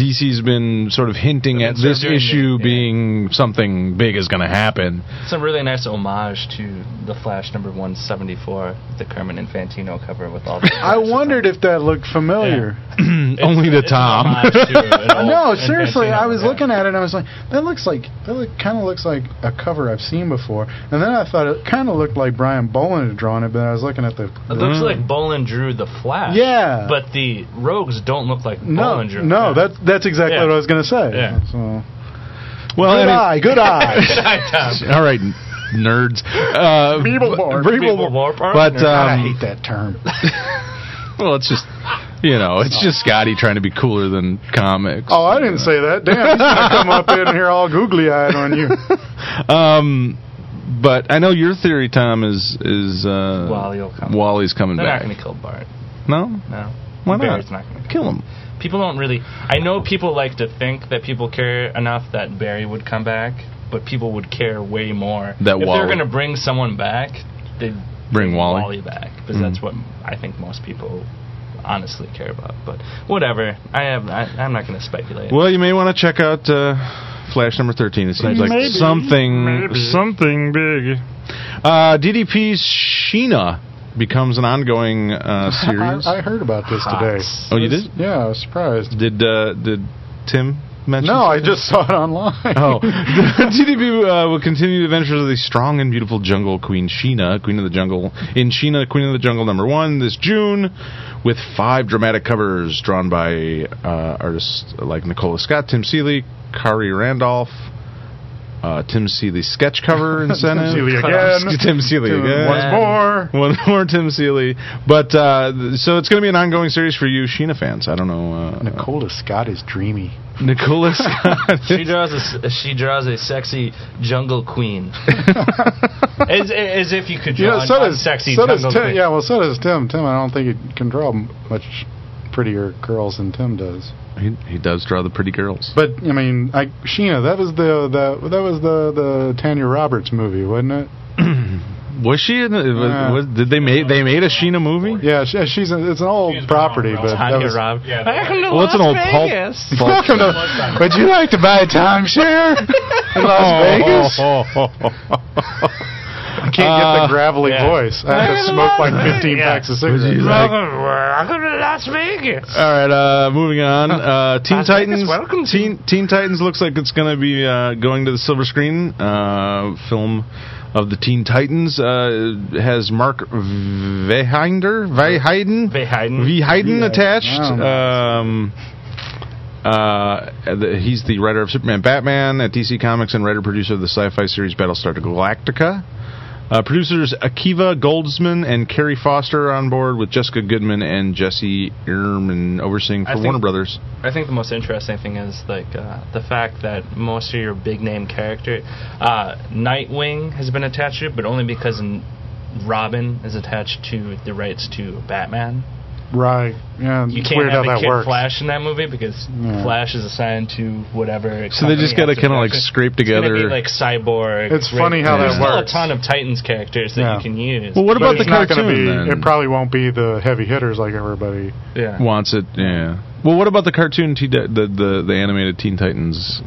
DC's been sort of hinting
They've
at
been sort
this
of doing
issue
it, yeah.
being something big is going to
<clears throat>
happen. <clears throat>
Some really nice homage to the Flash number 174, the Carmen Infantino cover with all the.
i wondered if that looked familiar
Only to Tom.
<laughs> no seriously i was looking at it and i was like that looks like that look, kind of looks like a cover i've seen before and then i thought it kind of looked like brian boland had drawn it but i was looking at the
It
Mm.
looks like Bolin drew the Flash.
Yeah.
But the rogues don't look like
no,
Bolin drew.
no, that, that's exactly
Yeah.
what I was going to say.
Yeah.
So,
<laughs> well,
good
any-
eye, <laughs> good eye.
<laughs> all right, nerds. Uh,
Beeblebor.
but-
Beeblebor part?
But
God, I
um,
hate that term.
<laughs> well, it's just you know, it's just Scotty trying to be cooler than comics.
Oh, I didn't say that. Damn, he's gonna come up in here all googly eyed on <laughs> you.
<laughs> Um, but I know your theory, Tom, is is uh,
Wally will come.
Wally's coming
They're not
back.
going to kill Bart.
no,
No.
Why not?
Barry's not going to
kill him.
People don't really. I know people like to think that people care enough that Barry would come back, but people would care way more
That
if
Wally-
they're going to bring someone back. They'd
Bring Wally. Mm.
Wally back because that's what I think most people honestly care about. But whatever. I have. I, I'm not going to speculate.
Well, you may want to check out uh, Flash number thirteen. It seems like something something big. Uh, DDP's Sheena becomes an ongoing uh,
<laughs> I,
series.
I heard about this today.
oh, you did?
Yeah, I was surprised.
Did uh, did Tim mention?
No, I
something?
just saw it online.
Oh, <laughs>
<laughs>
TDB uh, will continue the adventures of the strong and beautiful jungle queen Sheena, Queen of the Jungle, in Sheena, Queen of the Jungle number one this June, with five dramatic covers drawn by uh, artists like Nicola Scott, Tim Seeley, Kari Randolph, uh, Tim Seeley's sketch cover
<laughs>
incentive.
Seeley again.
<laughs> Tim Seeley
Two-
again.
Once more.
<laughs> One more Tim Seeley. But uh, th- so it's going to be an ongoing series for you Sheena fans. I don't know. Uh,
Nicola Scott is
<laughs>
dreamy. <laughs>
Nicola Scott.
She draws a s- she draws a sexy jungle queen, as, as if you could draw
Yeah,
an
so does
unsexy
so does
jungle
Tim.
queen.
Yeah, well, so does Tim. Tim, I don't think he can draw m- much prettier girls than Tim does.
He, he does draw the pretty girls.
But I mean, I, Sheena, that was the, the that was the the Tanya Roberts movie, wasn't it?
Was she in? The, was,
Uh,
was, did they made they made a Sheena movie?
Yeah, she, she's an, it's an old
She's been
property,
on
but that
Tanya
was,
Rob.
Yeah,
Welcome to
Well, it's an
Las
old pulp-
<laughs>
Vegas.
pulp
Welcome to. Would you like to buy a timeshare in
<laughs>
Las
Oh.
Vegas? I can't get the gravelly
Uh, yeah.
voice. I have to smoke like 15
Yeah.
packs of
Would
cigarettes.
you like-
Welcome to Las Vegas.
<laughs> All right, uh, moving on. Uh, Teen
Las Vegas,
Titans.
welcome.
Teen, Teen Titans looks like it's going to be uh, going to the silver screen. Uh, film of the Teen Titans uh, has Mark Vehinder, Vehiden,
They hiding.
V. Hayden
Mm-hmm. Yeah.
attached.
Oh, nice.
Um, uh, the, he's the writer of Superman, Batman at DC Comics, and writer producer of the sci-fi series Battlestar Galactica. Uh, producers Akiva Goldsman and Carrie Foster are on board with Jessica Goodman and Jesse Ehrman overseeing for
I think-
Warner Brothers.
I think the most interesting thing is like uh, the fact that most of your big name character, uh, Nightwing has been attached to it, but only because n- Robin is attached to the rights to Batman.
Right. Yeah.
You
it's
can't
weird
have the
how that
kid
works.
Flash in that movie because
Yeah.
Flash is assigned to whatever.
So they just got to kind of like scrape
It's gonna
together.
be like Cyborg.
It's
Red-
funny how
that
There's still
works.
a ton of Titans characters that
Yeah.
you can use.
well, what
But
about the
it's not gonna
cartoon?
be,
then?
It probably won't be the heavy hitters like everybody.
yeah.
wants it. Yeah. Well, what about the cartoon? T- the, the the animated Teen Titans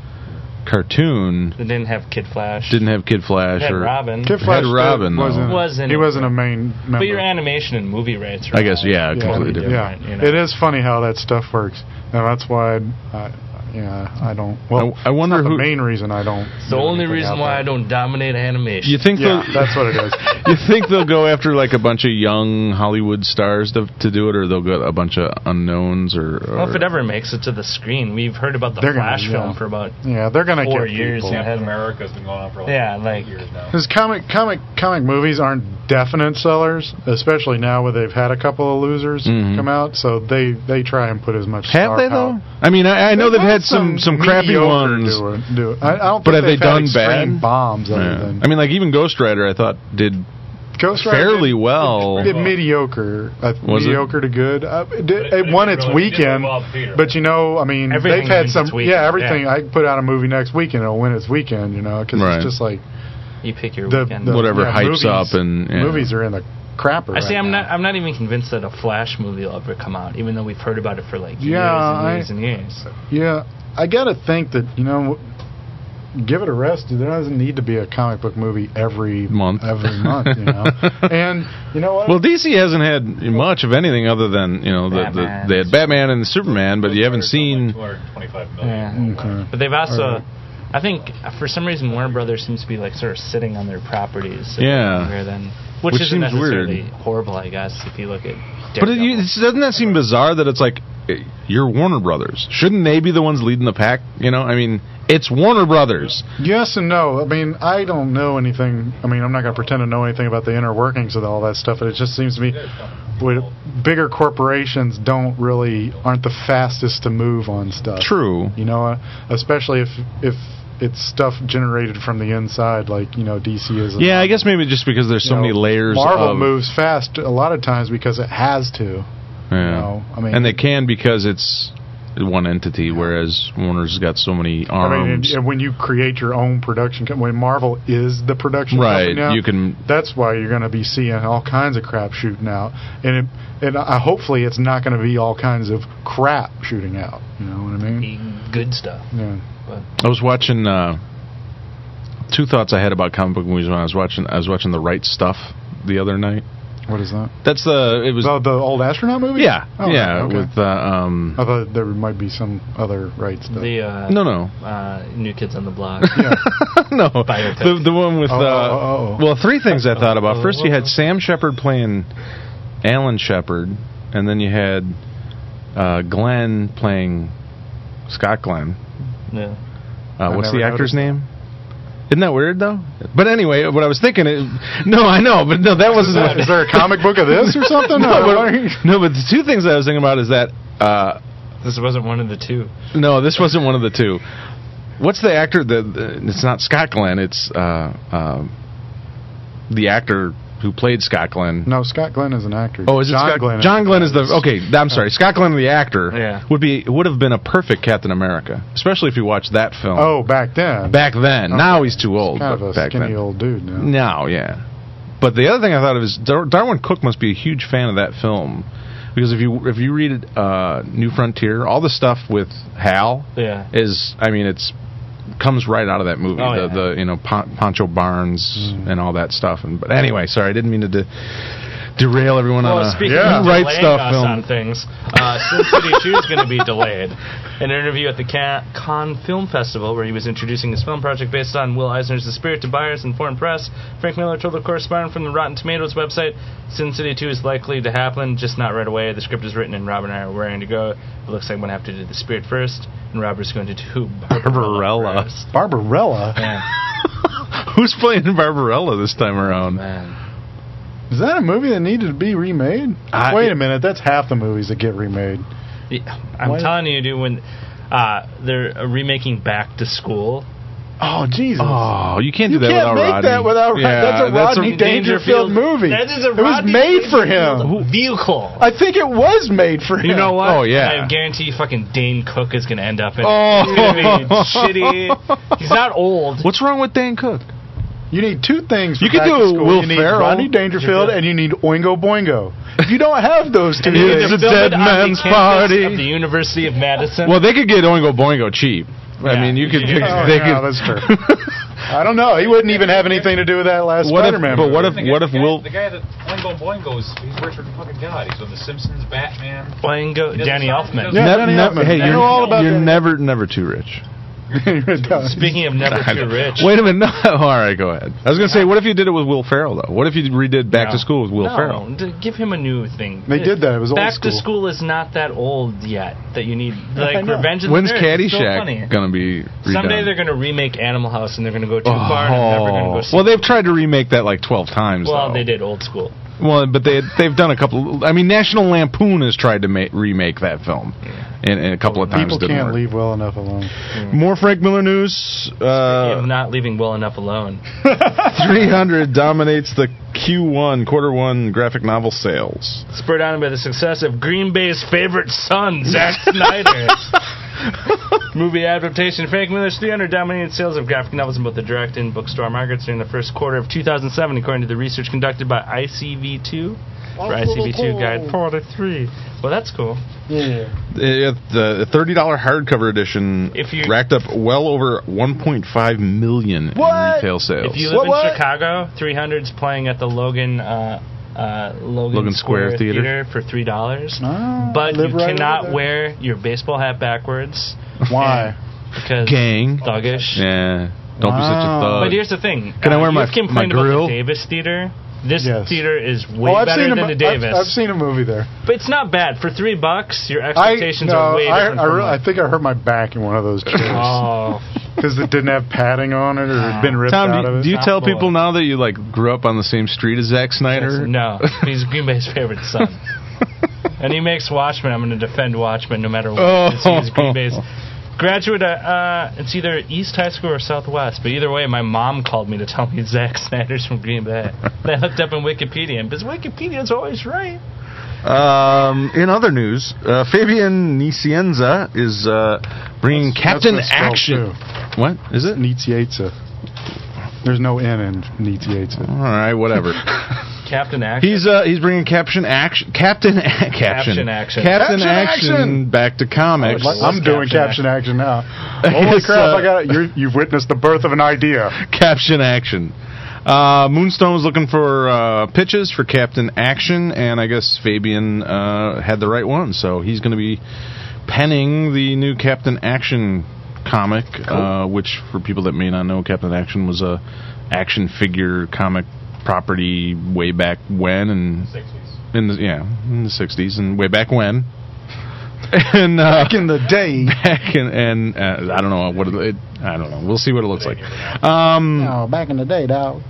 cartoon
They didn't have Kid Flash.
didn't have Kid Flash
They had
or
Robin.
Kid Flash uh,
Robin, though.
wasn't,
Wasn't-
he wasn't a main member.
but your animation and movie rights. Are
I guess,
all
yeah, completely
totally
different.
Yeah,
different. you know?
it is funny how that stuff works, and that's why, I, yeah, I don't. Well,
I, I wonder
the
who.
main reason I don't.
It's the only reason why I don't dominate animation.
you think
Yeah,
they'll-
that's what it is.
you think they'll go after like a bunch of young Hollywood stars to, to do it, or they'll get a bunch of unknowns, or, or
well, if it ever makes it to the screen, we've heard about the
They're gonna-
Flash film
yeah.
for about
Yeah, they're gonna
Four
get
years,
people.
yeah.
Captain America's been going on for like
Yeah, like-
years now.
Because comic comic comic movies aren't definite sellers, especially now where they've had a couple of losers
Mhm.
come out. So they they try and put as much.
have
star
they
power-
though? I mean, I, I know they've had some some crappy
mediocre
ones.
Do it, do it. I, I don't.
But
think
have they
they've had
done
extreme
bad?
bombs? Other
Yeah.
than
I mean, like even Ghost Rider, I thought did
Ghost Rider
fairly
did-
well.
<laughs> did mediocre, uh,
Was it?
mediocre to good. Uh, it, did,
But it
it won
didn't
its
really- it didn't
weekend,
involve Peter.
but you know, I mean,
Everything
they've had
wins
some.
its weekend,
yeah, everything.
yeah.
I can put out a movie next weekend, it'll win its weekend. You know, because
Right.
it's just like
you pick your
the,
weekend.
the-
Whatever
yeah,
hypes
movies-
up and- yeah.
movies are in the crapper.
I see.
right
I'm
now.
not. I'm not even convinced that a Flash movie will ever come out, even though we've heard about it for like years
Yeah, I-
and years and years.
Yeah, I gotta think that you know, give it a rest. There doesn't need to be a comic book movie every
Month.
Every month,
<laughs>
you know. and you know what?
Well, DC hasn't had much of anything other than you know the, the
Batman.
they had Batman and Superman, but you haven't seen.
Two hundred twenty-five million.
Yeah.
okay.
But they've also,
Alright.
I think, uh, for some reason, Warner Brothers seems to be like sort of sitting on their properties.
Yeah.
Rather than, which,
Which
isn't
seems weird.
necessarily horrible, I guess, if you look at.
But it,
Daredevil.
you, it's- doesn't that seem bizarre that it's like eh, you're Warner Brothers? Shouldn't they be the ones leading the pack? You know, I mean, it's Warner Brothers.
Yes and no. I mean, I don't know anything. I mean, I'm not gonna pretend to know anything about the inner workings of all that stuff. But it just seems to me, with bigger corporations, don't really aren't the fastest to move on stuff.
True.
You know, uh, especially if if it's stuff generated from the inside, like you know, DC is. and
Yeah, I guess maybe just because there's so
you know,
many layers.
Marvel
of,
moves fast a lot of times because it has to.
Yeah.
know, I mean-
and they can because it's one entity, whereas Warner's got so many arms.
I mean, and, and when you create your own production, com- when Marvel is the production
right?
company now,
You can.
that's why you're going to be seeing all kinds of crap shooting out, and it, and I, hopefully it's not going to be all kinds of crap shooting out. You know what I mean?
good stuff.
Yeah.
I was watching. Uh, two thoughts I had about comic book movies when I was watching. I was watching the right stuff the other night.
What is that?
That's the. It was.
The, the old astronaut movie?
yeah,
Oh,
yeah.
okay.
With uh, um.
I thought there might be some other right stuff.
The uh,
no, no,
uh, New Kids on
<laughs>
the Block.
yeah.
no.
Biotech.
The the one with.
Oh,
uh,
oh, oh, oh. uh,
Well, three things I thought about. First, you had Sam Shepard playing Alan Shepard, and then you had uh, Glenn playing Scott Glenn.
Yeah.
Uh,
I
what's
never
the actor's
noticed.
name? Isn't that weird though? But anyway, what I was thinking is, no, I know, but no, that wasn't. what-
Is there
<laughs>
a comic book of this or <laughs> something?
no,
Or-
but, no, but the two things I was thinking about is that uh,
This wasn't one of the two.
no, this wasn't one of the two. What's the actor? uh, The, the it's not Scott Glenn. It's uh, um the actor who played Scott Glenn.
No, Scott Glenn is an actor.
Oh, is it
John
Scott
Glenn?
John Glenn is the okay. I'm sorry, Scott Glenn, the actor,
Yeah.
would be would have been a perfect Captain America, especially if you watched that film.
Oh, back then.
back then. Now he's too old.
kind of
but
a
back
skinny
then.
old dude. Now.
No, yeah. But the other thing I thought of is Dar- Darwin Cook must be a huge fan of that film because if you if you read uh, New Frontier, all the stuff with Hal
Yeah.
is I mean it's comes right out of that movie.
Oh,
the,
yeah.
the you know Pon- Poncho Barnes and all that stuff. And but anyway, sorry, I didn't mean to de- derail everyone on
Well,
a <laughs>
speaking
Yeah.
of
right
delaying
stuff
us
film.
on things, uh, Sin City 2 is going to be delayed. An interview at the Ca- Cannes Film Festival, where he was introducing his film project based on Will Eisner's The Spirit to buyers and foreign press, Frank Miller told a correspondent from the Rotten Tomatoes website, Sin City 2 is likely to happen, just not right away. The script is written, and Rob and I are raring to go. It looks like I'm going to have to do The Spirit first, and Robert's going to do <laughs> Barbarella.
Barbarella.
first.
Barbarella.
Man,
Who's playing Barbarella this time around?
man.
Is that a movie that needed to be remade?
I-
Wait a minute, that's half the movies that get remade.
Yeah, I'm
Why-
telling you, dude, when uh, they're remaking Back to School.
Oh Jesus!
Oh, you can't do
you
that
can't
without
make
Rodney.
that without Rodney.
Yeah,
that's a Rodney Dangerfield, movie.
That is a
it was
Rodney
made for him.
Dangerfield vehicle.
I think it was made for him.
You know what? Oh
I
yeah.
guarantee you fucking Dane Cook is gonna end up <laughs> in. it.
Oh.
He's gonna be shitty. He's not old.
What's wrong with Dan Cook?
You need two things. For
You could
Back to
do
School.
Will
you need
Ferrell.
Rodney Dangerfield, and you need Oingo Boingo. If you don't have <laughs> those
And
two,
you
It's a
can
things,
film
dead
it on the
man's
campus
party.
Of the University of Madison.
Well, they could get Oingo Boingo cheap. I
Yeah.
mean, you could.
Yeah.
Oh,
they
yeah,
could-
that's true. I don't know. He wouldn't even have anything to do with that last
<laughs> What if-
Spider-Man.
but what
movie.
if- what if Will-
The guy that Oingo Boingo is he's Richard fucking God. He's with The Simpsons, Batman.
Boingo, Danny Elfman.
Yeah,
Nev-
Danny
nev-
Elfman.
hey,
I
you're,
know all about
you're
Danny
never, never too rich.
<laughs>
Speaking of never too rich,
Wait a minute. <laughs> No. All right, go ahead. I was going to say, what if you did it with Will Ferrell though? What if you redid Back
No.
to School with Will
no,
Ferrell?
d- give him a new thing.
They did that. It was old
Back to
school.
school is not that old yet that
<laughs>
you need
I
like
know.
Revenge of the
When's
Nerds is so funny.
Caddyshack going to be redone?
Someday they're going to remake Animal House and they're going to go too far and I'm never going to go see
Oh. well, they've tried to remake that like twelve times.
Well,
though.
they did old school.
Well, but they they've done a couple. I mean, National Lampoon has tried to ma- remake that film, and, and a couple of times
People
didn't
can't
work.
leave well enough alone.
More Frank Miller news.
I'm
Uh,
not leaving well enough alone.
300 dominates the Q1 quarter one graphic novel sales.
Spurred on by the success of Green Bay's favorite son,
<laughs>
Zack Snyder. Movie adaptation Frank Miller's 300 dominated sales of graphic novels in both the direct and bookstore markets during the first quarter of 2007, according to the research conducted by ICV2 for ICV2 Guide 43. Well, that's cool.
It, the $30 hardcover edition
If you-
racked up well over 1.5 million in
What?
retail sales.
If you live
What,
in
what?
Chicago, 300's playing at the Logan uh, uh, Logan,
Logan Square Theater.
for three dollars.
Ah,
But
live
you
right over
cannot
there.
wear your baseball hat backwards
<laughs> Why?
because
Gang.
thuggish.
Yeah. Don't
Wow.
But
be such a thug.
here's the thing. Uh,
Can I wear
you've
my-
complained
my grill?
About the Davis Theater. This
Yes.
theater is way
Well, I've
better
seen, a,
than
mo-
the
I've,
Davis.
I've seen a movie there.
But it's not bad for three bucks. Your
I,
expectations
no,
are way
I,
different.
I,
from
really, I
mine.
think I hurt my back in one of those chairs <laughs>
oh,
because it didn't have padding on it or it had been ripped out
Tom, do
of
you,
it.
do you
Not
tell
bullet.
people now that you like grew up on the same street as Zack Snyder? <laughs>
no, he's Green Bay's favorite son. and he makes Watchmen. I'm going to defend Watchmen no matter what.
Oh.
because He's Green Bay's graduate. Uh, uh, it's either East High School or Southwest, but either way, my mom called me to tell me <laughs> Zack Snyder's from Green Bay. They looked up in Wikipedia, and because Wikipedia's always right.
Um, in other news, uh, Fabian Nicienza is uh, bringing
That's-
Captain
that's misspelled,
Action. What is it?
Nitieza. There's no N in Nitieza.
All right, <laughs> whatever.
Captain Action.
he's uh, he's bringing Captain Action, Captain Action, Oh, Captain
Action.
Captain
Caption
Action,
Action!
back to comics.
I would
I'm doing
caption
caption action now. Holy
It's,
crap!
uh,
I got it. You're, you've witnessed the birth of an idea.
Caption Action. Uh, Moonstone was looking for uh, pitches for Captain Action, and I guess Fabian uh, had the right one, so he's going to be penning the new Captain Action comic, uh, which, for people that may not know, Captain Action was a action figure comic property way back when, and in the yeah in the '60s, and way back when, <laughs> and uh,
Back in the
<laughs>
day.
back and, and uh, I don't know what it, I don't know. We'll see what it looks like. Um,
Oh, back in the day, dog.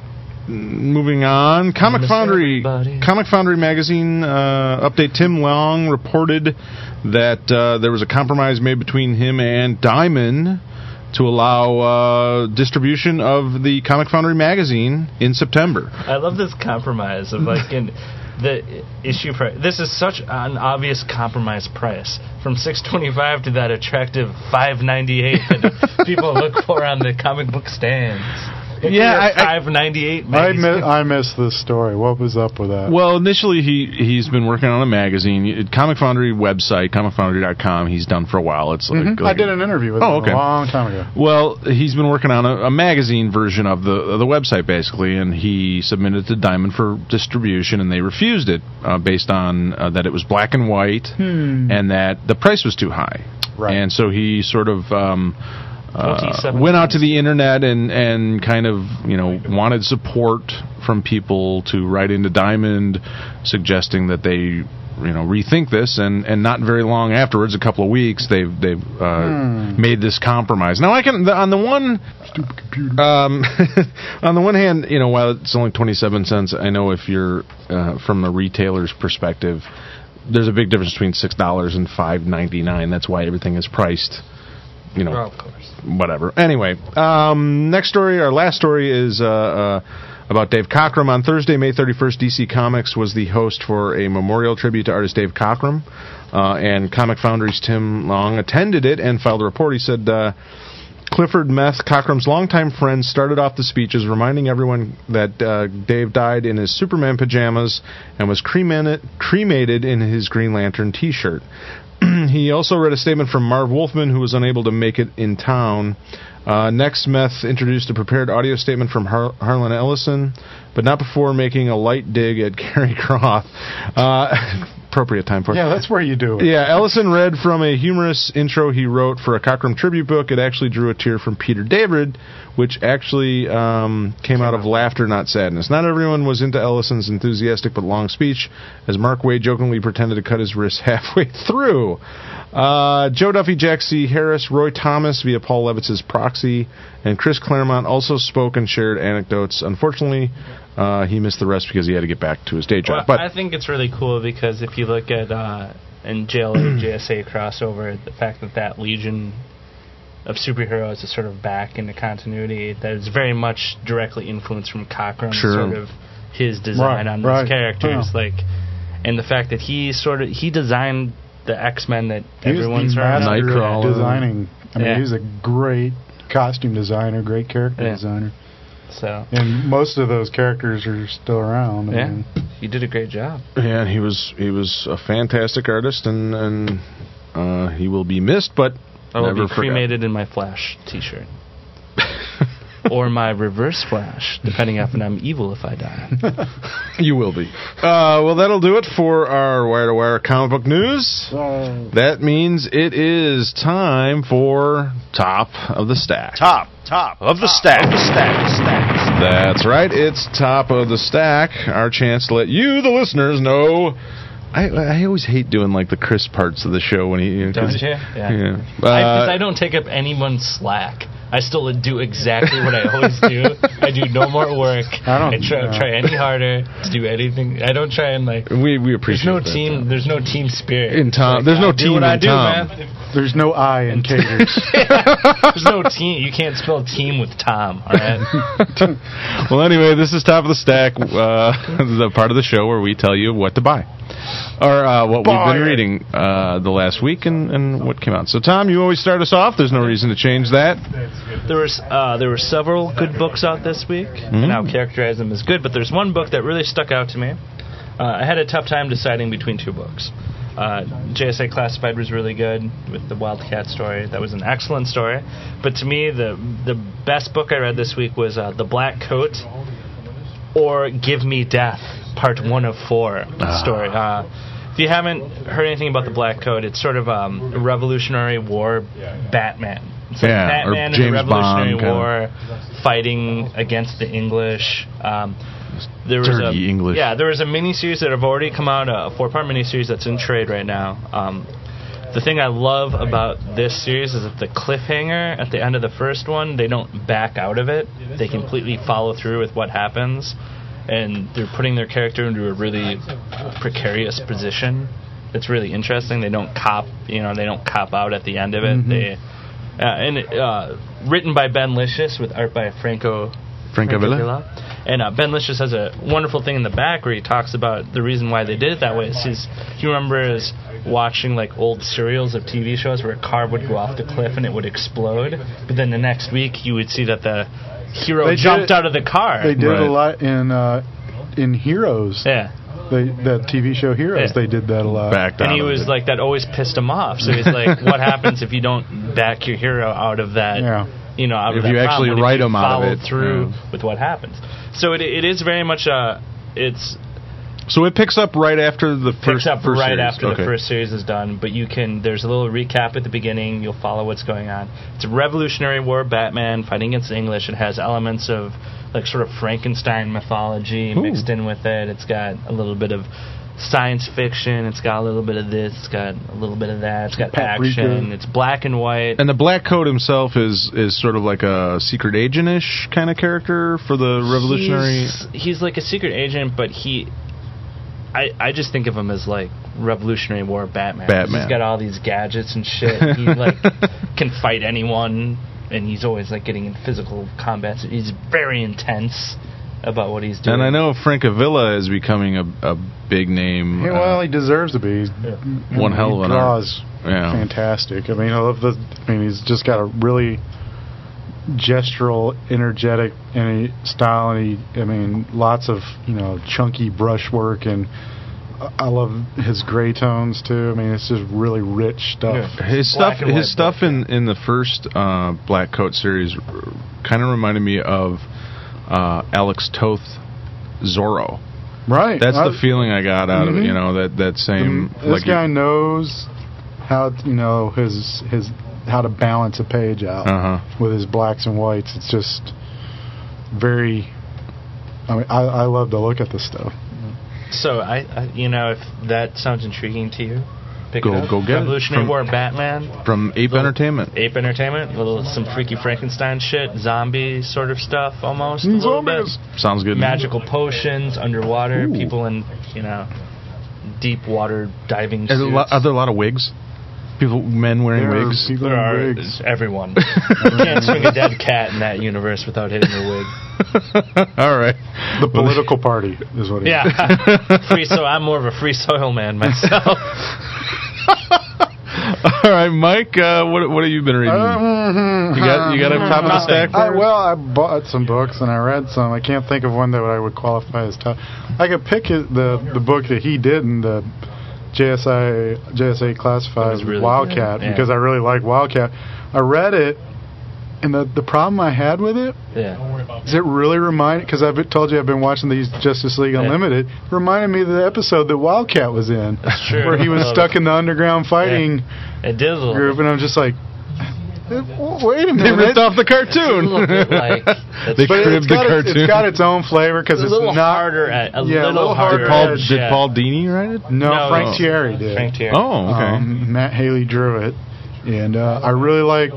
moving on, Comic
Miss
Foundry,
everybody.
Comic Foundry magazine uh, update. Tim Long reported that uh, there was a compromise made between him and Diamond. to allow uh, distribution of the Comic Foundry magazine in September.
I love this compromise of like in the issue price. This is such an obvious compromise price from 625 to that attractive 598
<laughs>
that people look for on the comic book stands. Look
Yeah,
for your
I- I-
598.
I
magazine.
mi- I missed this story. What was up with that?
Well, initially he he's been working on a magazine, Comic Foundry website, comicfoundry.com. He's done for a while. It's like,
Mm-hmm.
Mhm.
like-
I did an interview with
Oh,
him
okay.
a long time ago.
Well, he's been working on a, a magazine version of the of the website basically, and he submitted to Diamond for distribution, and they refused it uh, based on uh, that it was black and white, and that the price was too high.
Right.
And so he sort of. Um, uh,
14.17.
went out to the internet and, and kind of you know wanted support from people to write into Diamond, suggesting that they you know rethink this. And, and not very long afterwards, a couple of weeks, they've they've uh, made this compromise. Now I can the, on the one um, <laughs> on the one hand, you know, while it's only 27 cents, I know if you're uh, from the retailer's perspective, there's a big difference between six dollars and five ninety nine. That's why everything is priced, you know,
Oh, of course.
whatever. Anyway, um, next story, our last story is uh, uh, about Dave Cockrum. On Thursday, May 31st, DC Comics was the host for a memorial tribute to artist Dave Cockrum, uh, and Comic Foundry's Tim Long attended it and filed a report. He said. Uh, Clifford Meth, Cockrum's longtime friend, started off the speeches reminding everyone that uh, Dave died in his Superman pajamas and was cremated, cremated in his Green Lantern t shirt. <clears throat> he also read a statement from Marv Wolfman, who was unable to make it in town. Uh, next, Meth introduced a prepared audio statement from Har- Harlan Ellison, but not before making a light dig at <laughs> Gary Croth. Uh, <laughs> appropriate time for it.
Yeah, that's where you do it.
Yeah, Ellison read from a humorous intro he wrote for a Cockrum tribute book. It actually drew a tear from Peter David, which actually um, came out of laughter, not sadness. Not everyone was into Ellison's enthusiastic but long speech, as Mark Way jokingly pretended to cut his wrist <laughs> halfway through. Uh, Joe Duffy, Jack C. Harris, Roy Thomas via Paul Levitz's proxy, and Chris Claremont also spoke and shared anecdotes. Unfortunately, uh, he missed the rest because he had to get back to his day job.
Well,
but
I think it's really cool because if you look at uh, in
<clears throat>
JLA JSA crossover, the fact that that Legion of superheroes is sort of back into continuity, that is very much directly influenced from Cochran,
Sure.
sort of his design
Right,
on
right.
those characters,
Yeah.
like, and the fact that he sort of he designed the X Men that
He was
everyone's
the
around.
Night-
master
Nightcrawler.
at designing. I mean,
Yeah.
he's a great costume designer, great character
Yeah.
designer,
So
and most of those characters are still around. I
Yeah.
mean,
you did a great job.
Yeah, and he was he was a fantastic artist, and and uh, he will be missed, but
I will
never
be
forgotten.
cremated in my Flash T-shirt. <laughs> or my reverse flash, depending on if I'm evil if I die.
<laughs> You will be. Uh, well, that'll do it for our wire to wire comic book news. That means it is time for top of the stack.
Top, top of the stack. Stack, stack, stack.
That's right. It's top of the stack. Our chance to let you, the listeners, know. I, I always hate doing like the Chris parts of the show when he.
Don't you?
Yeah.
I,
Uh,
'cause I don't take up anyone's slack. I still do exactly what I always do. I do no
<laughs>
more work.
I don't-
try,
no.
try any harder to do anything. I don't try and like.
we we
There's
appreciate
no
that,
team. There's no team spirit.
In Tom-
Like,
there's no
I do
team
what
in
I do,
Tom.
man. <laughs>
there's no I in caters.
There's no team. You can't spell team with Tom.
<laughs>
All right.
<laughs> well, anyway, this is top of the stack, uh, <laughs> the part of the show where we tell you what to buy or uh, what we've been reading uh, the last week and, and what came out. So, Tom, you always start us off. There's no reason to change that.
There was uh, there were several good books out this week, and I'll characterize them as good. But there's one book that really stuck out to me. Uh, I had a tough time deciding between two books. Uh, JSA Classified was really good with the Wildcat story. That was an excellent story. But to me, the the best book I read this week was uh, The Black Coat or Give Me Death, Part One of Four story. Uh, if you haven't heard anything about the Black Coat, it's sort of um, a Revolutionary War Batman. It's like
Yeah, or
Batman in
James
the Revolutionary
Bond, kinda.
War, fighting against the English. Um, there was
Dirty
a,
English.
Yeah, there was a miniseries that have already come out, a four-part miniseries that's in trade right now. Um, the thing I love about this series is that the cliffhanger at the end of the first one, they don't back out of it. They completely follow through with what happens, and they're putting their character into a really precarious position. It's really
Mm-hmm.
interesting. They don't cop, you know, they don't cop out at the end of it. They uh, and uh, written by Ben Licious with art by Franco
Frank Avila.
And uh, Ben Licious has a wonderful thing in the back where he talks about the reason why they did it that way. It's his, he remembers watching like old serials of TV shows where a car would go off the cliff and it would explode, but then the next week you would see that the hero
They did
jumped
it-
out of the car.
They did
Right.
a lot in uh, in Heroes.
Yeah.
They, that TV show Heroes.
Yeah.
They did that a lot.
Backed
And he
out of
was
it.
like, that always pissed him off. So he's
<laughs>
like, what happens if you don't back your hero out of that?
Yeah.
You know, out of
If
that
you
problem,
actually
and if
write
you
'em out of
followed
it,
through
yeah.
with what happens. So it, it is very much a it's
So it picks up right after the first.
picks up
first
right
series.
after
Okay.
the first series is done, but you can there's a little recap at the beginning, you'll follow what's going on. It's a Revolutionary War Batman fighting against the English. It has elements of like sort of Frankenstein mythology mixed in with it. It's got a little bit of science fiction, it's got a little bit of this, it's got a little bit of that, it's got
Paprika.
action, it's black and white.
And the Black Coat himself is is sort of like a secret agent ish kind of character for the revolutionary.
He's, he's like a secret agent, but he. I, I just think of him as like Revolutionary War Batman.
Batman.
He's got all these gadgets and shit.
<laughs>
He like can fight anyone, and he's always like getting in physical combat. So he's very intense about what he's doing.
And I know Frank Avila is becoming a, a big name.
Yeah,
uh,
well, he deserves to be.
One hell of
he
an
draws
yeah.
fantastic. I mean, I love the. I mean, he's just got a really gestural, energetic, and he, style, and he. I mean, lots of you know chunky brushwork, and I- I love his gray tones too. I mean, it's just really rich stuff.
His stuff,
Black and white
his stuff in, in the first uh, Black Coat series, kind of reminded me of uh, Alex Toth Zorro.
Right.
That's
I-
the feeling I got out of it.
Mhm.
You know that that same
Mm-hmm. This
like
guy knows how you know his his how to balance a page out.
Uh huh.
with his blacks and whites. It's just very. I mean, I, I love to look at this stuff.
So I, I you know if that sounds intriguing to you, pick
Go-
it up.
go get it.
Revolutionary
From-
War Batman.
From
Oh.
Ape Entertainment.
Ape Entertainment, little some freaky Frankenstein shit, zombie sort of stuff almost. a little bit.
Sounds good.
magical potions underwater,
Ooh.
people in you know deep water diving
Are
suits.
there, a lot, are there a lot of wigs? People, men wearing
There are
wigs. <laughs>
people
There
in
are
wigs.
everyone. you can't swing a dead cat
<laughs>
in that universe without hitting a wig.
All right.
The political party is what. it is. <laughs>
Yeah, <laughs> free. So I'm more of a free soil man myself.
<laughs> All right, Mike. Uh, what what have you been reading? <laughs>
Mhm.
you got you got up top of the stack.
I,
for us?
well, I bought some books and I read some. I can't think of one that I would qualify as top. I could pick his, the the book that he did in the JSI JSA
That
classified
was really
Wildcat
good. Yeah.
because I really like Wildcat. I read it, and the the problem I had with it
Yeah,
Does it really remind? Because I've been- told you I've been watching these Justice League
Yeah.
Unlimited. Reminded me of the episode that Wildcat was in,
that's true.
where he was
Well,
stuck in the underground fighting
It did a little.
group, and I'm just like, eh, w- wait a
they
minute.
ripped off the
a
cartoon.
little bit
<laughs> they
like But
But it's
cribbed the
got, its-
cartoon.
it's got its own flavor because
a
it's
little
not.
harder at a
yeah, a
little,
did
little
harder.
harder
Paul
at
edge,
did
shit.
Paul Dini write it?
No,
No,
Frank
no.
Thierry did.
Frank Tier.
Oh, okay. <laughs>
Um, Matt Haley drew it, and uh, I really like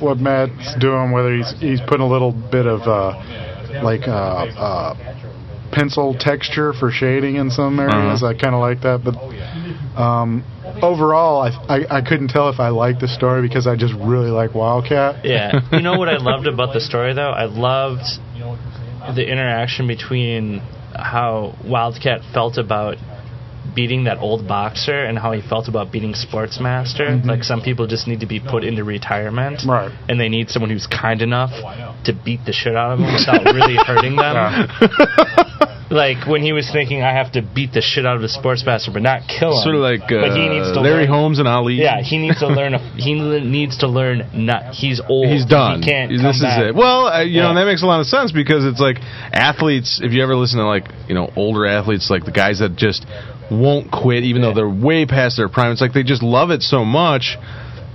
what Matt's doing. Whether he's he's putting a little bit of uh, like uh, uh, pencil texture for shading in some areas.
Uh-huh.
I kind of like that, but um, overall, I, I I couldn't tell if I liked the story because I just really like
<laughs>
Wildcat.
Yeah. You know what I loved about the story though? I loved the interaction between how Wildcat felt about beating that old boxer and how he felt about beating Sportsmaster.
Mm-hmm.
Like some people just need to be put into retirement.
Right.
And they need someone who's kind enough to beat the shit out of them
<laughs>
without really hurting them. Like when he was thinking, I have to beat the shit out of the Sportsmaster, but not kill him.
Sort of like uh,
but he needs to
Larry
learn-
Holmes and Ali.
Yeah, he needs to learn. A, he le- needs to learn. Not he's old.
He's done.
He can't. come
this is
back.
it. Well, uh, you know
Yeah.
that makes a lot of sense because it's like athletes. If you ever listen to like you know older athletes, like the guys that just won't quit even though they're way past their prime. It's like they just love it so much,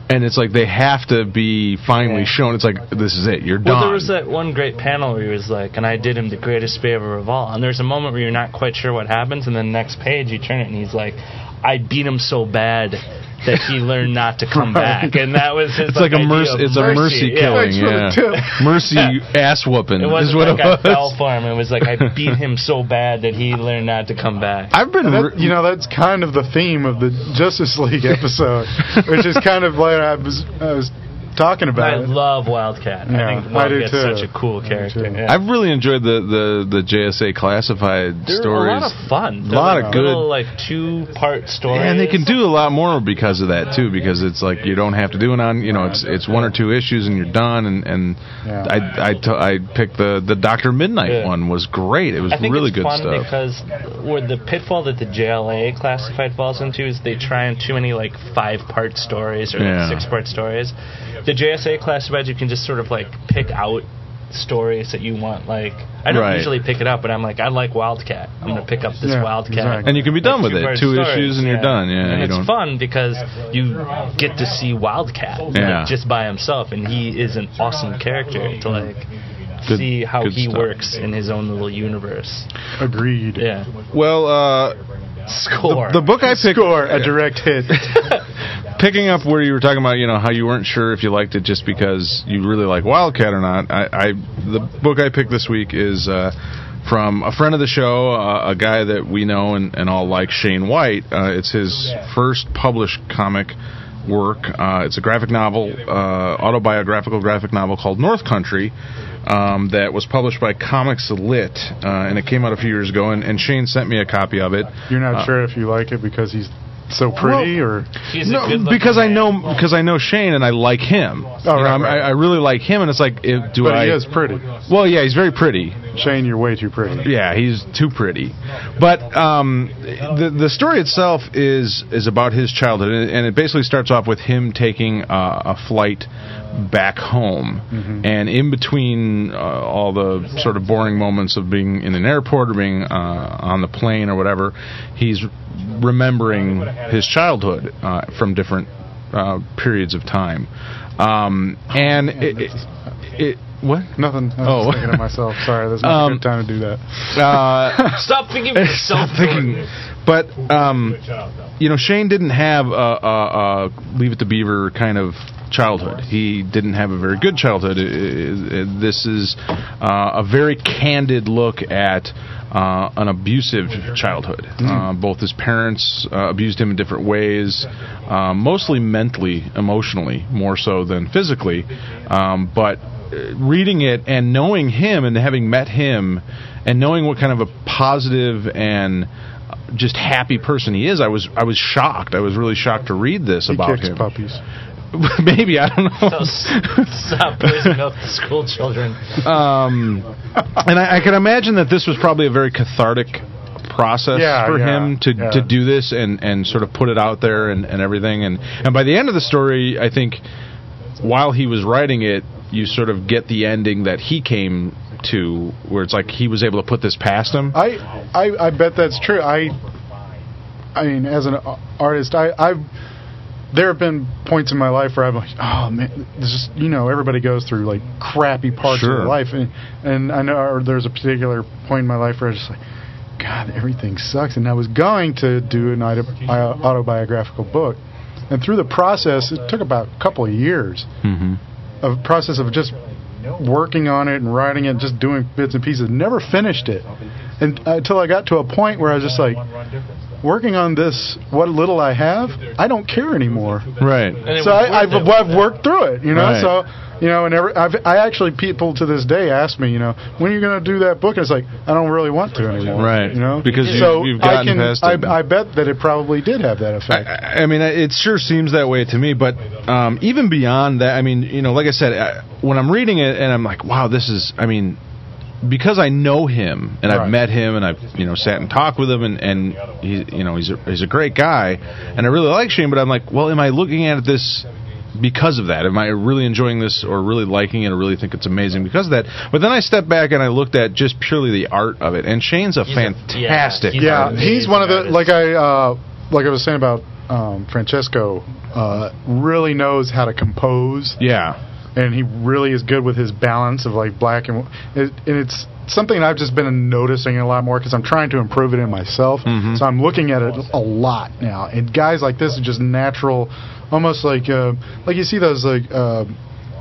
and it's like they have to be finally shown. It's like this is it. You're
Well,
done.
there was that one great panel where he was like, and I did him the greatest favor of all. And there's a moment where you're not quite sure what happens, and then the next page you turn it and he's like, I beat him so bad that he learned not to
<laughs>
come back. And that was his
it's like, a
idea
mercy.
of
It's a mercy
Yeah.
killing.
Thanks for
Yeah,
the
<laughs>
tip.
mercy ass whooping
It
is
wasn't
what
like
it was.
I fell for him. It was like I
<laughs>
beat him so bad that he learned not to come back.
I've been,
That,
re-
you know, that's
<laughs>
kind of the theme of the Justice League episode, which is kind of like I was, I was talking
I
about it.
love Wildcat.
Yeah,
I think
I do
Wildcat's
too.
such a cool
I do
character.
too.
Yeah.
I've really enjoyed the, the, the JSA classified
They're
stories.
a lot of fun. They're
Lot of
like little,
good-
like two part stories.
and they can do a lot more because of that too, because it's like you don't have to do it on, you know, it's it's one or two issues and you're done. And and
Yeah.
I I, t- I picked the the Doctor Midnight
Yeah.
one was great. It was
I think
really
it's
good
fun
stuff.
because where the pitfall that the JLA classified falls into is they try on too many like five part stories or
Yeah.
like six part stories. The JSA classified you can just sort of like pick out stories that you want. Like I don't
Right.
usually pick it up, but I'm like I like Wildcat. I'm gonna pick up this
Yeah,
Wildcat.
exactly.
and you can be done with it.
Two-part
Two
stories,
issues and you're done. Yeah,
and
you
it's
don't.
fun because you get to see Wildcat like,
Yeah.
just by himself, and he is an awesome character to like
Good-
see how
good
he
stuff.
works in his own little universe.
Agreed.
Yeah,
Well, uh,
score.
the book I picked.
Score a direct hit.
picking up where you were talking about, you know, how you weren't sure if you liked it just because you really like Wildcat or not. I, I the book I picked this week is uh, from a friend of the show, uh, a guy that we know and, and all like, Shane White. Uh, it's his first published comic work. Uh, it's a graphic novel, uh, autobiographical graphic novel called North Country. Um, that was published by Comics Lit, uh, and it came out a few years ago. And, and Shane sent me a copy of it.
You're
Uh,
not sure if you like it because he's so pretty or
He's a
No,
good-looking
because I
man.
know because I know Shane and I like him. Oh,
right, right.
I, I really like him, and it's like, if, do
but
I?
he is pretty.
Well, yeah, he's very pretty.
Shane, you're way too pretty.
Yeah, he's too pretty. But um, the the story itself is is about his childhood, and and it basically starts off with him taking uh, a flight back home, and in between uh, all the sort of boring moments of being in an airport or being uh, on the plane or whatever, he's remembering his childhood uh, from different uh, periods of time, um, and it, it, it what.
Nothing. I
Oh.
was thinking
<laughs>
of myself. Sorry, there's not
Um,
a good time to do that.
Uh,
<laughs> Stop thinking of yourself.
thinking. But um, you know, Shane didn't have a, a, a leave it to Beaver kind of childhood. He didn't have a very good childhood. I- I- I- This is uh, a very candid look at. Uh, an abusive childhood. Uh, both his parents uh, abused him in different ways, uh, mostly mentally, emotionally, more so than physically. Um, but uh, reading it and knowing him and having met him and knowing what kind of a positive and uh, just happy person he is, I was I was shocked. I was really shocked to read this
He
about
kicks
him.
puppies.
<laughs> Maybe I don't know.
So <laughs> stop poisoning up the school children.
um, and I, I can imagine that this was probably a very cathartic process
Yeah,
for
yeah,
him to,
yeah.
to do this and, and sort of put it out there and, and everything and and by the end of the story I think while he was writing it you sort of get the ending that he came to where it's like he was able to put this past him
I, I I bet that's true. I I mean, as an a- artist, I I've there have been points in my life where I'm like, oh man, this is you know everybody goes through like crappy parts of
Sure.
their life, and and I know or there's a particular point in my life where I was just like. God, everything sucks. And I was going to do an auto- bio- autobiographical book, and through the process, it took about a couple of years
mm-hmm.
of process of just working on it and writing it, just doing bits and pieces. Never finished it, and until I got to a point where I was just like, working on this, what little I have, I don't care anymore.
right
And it
So
was
I, I've,
worth it.
I've worked through it, you know.
Right.
So you know, and every, I've, I actually people to this day ask me, you know, when are you going to do that book? And it's like I don't really want to anymore,
Right.
You know,
Because you-
so
you've gotten
I can,
past it.
I, I bet that it probably did have that effect.
I, I mean, it sure seems that way to me. But um, even beyond that, I mean, you know, like I said, I, when I'm reading it and I'm like, wow, this is, I mean, because I know him and I've
Right.
met him and I've you know sat and talked with him and and he you know he's a, he's a great guy and I really like Shane, but I'm like, well, am I looking at this? Because of that, am I really enjoying this or really liking it or really think it's amazing because of that? But then I stepped back and I looked at just purely the art of it, and Shane's a
He's a- yeah,
fantastic
he's
yeah,
amazing
he's one of the
artist.
like I uh, like I was saying about um, Francesco. Uh, really knows how to compose,
yeah
and he really is good with his balance of like black and it, and it's something I've just been noticing a lot more because I'm trying to improve it in myself.
Mhm.
So I'm looking at it a lot now, and guys like this are just natural, almost like uh, like you see those like. Uh,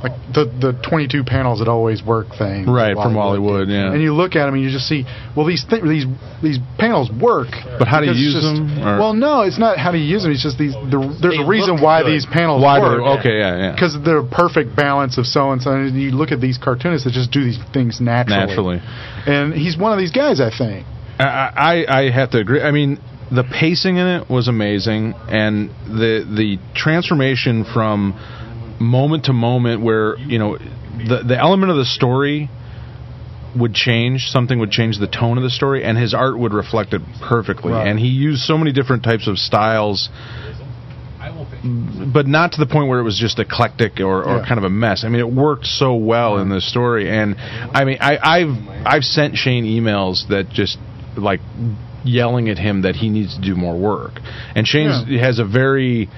like the the 22 panels that always work thing.
Right, from Wally Wood,
did.
yeah.
And you look at them and you just see, well, these th- these these panels work.
But how do you
because it's
use
just-
them, or-
Well, no, it's not how do you use them. It's just these. The, there's
They
a reason
look
why
good.
these panels
Why
work.
do? Okay, yeah, yeah.
Because they're a perfect balance of so and so. And you look at these cartoonists that just do these things naturally.
Naturally.
And he's one of these guys, I think.
I, I I have to agree. I mean, the pacing in it was amazing, and the the transformation from moment to moment, where you know the the element of the story would change, something would change the tone of the story, and his art would reflect it perfectly.
Right.
And he used so many different types of styles. But not to the point where it was just eclectic or, or
Yeah.
kind of a mess. I mean, it worked so well in this story, and I mean, I, I've I've sent Shane emails that just like yelling at him that he needs to do more work, and Shane has a very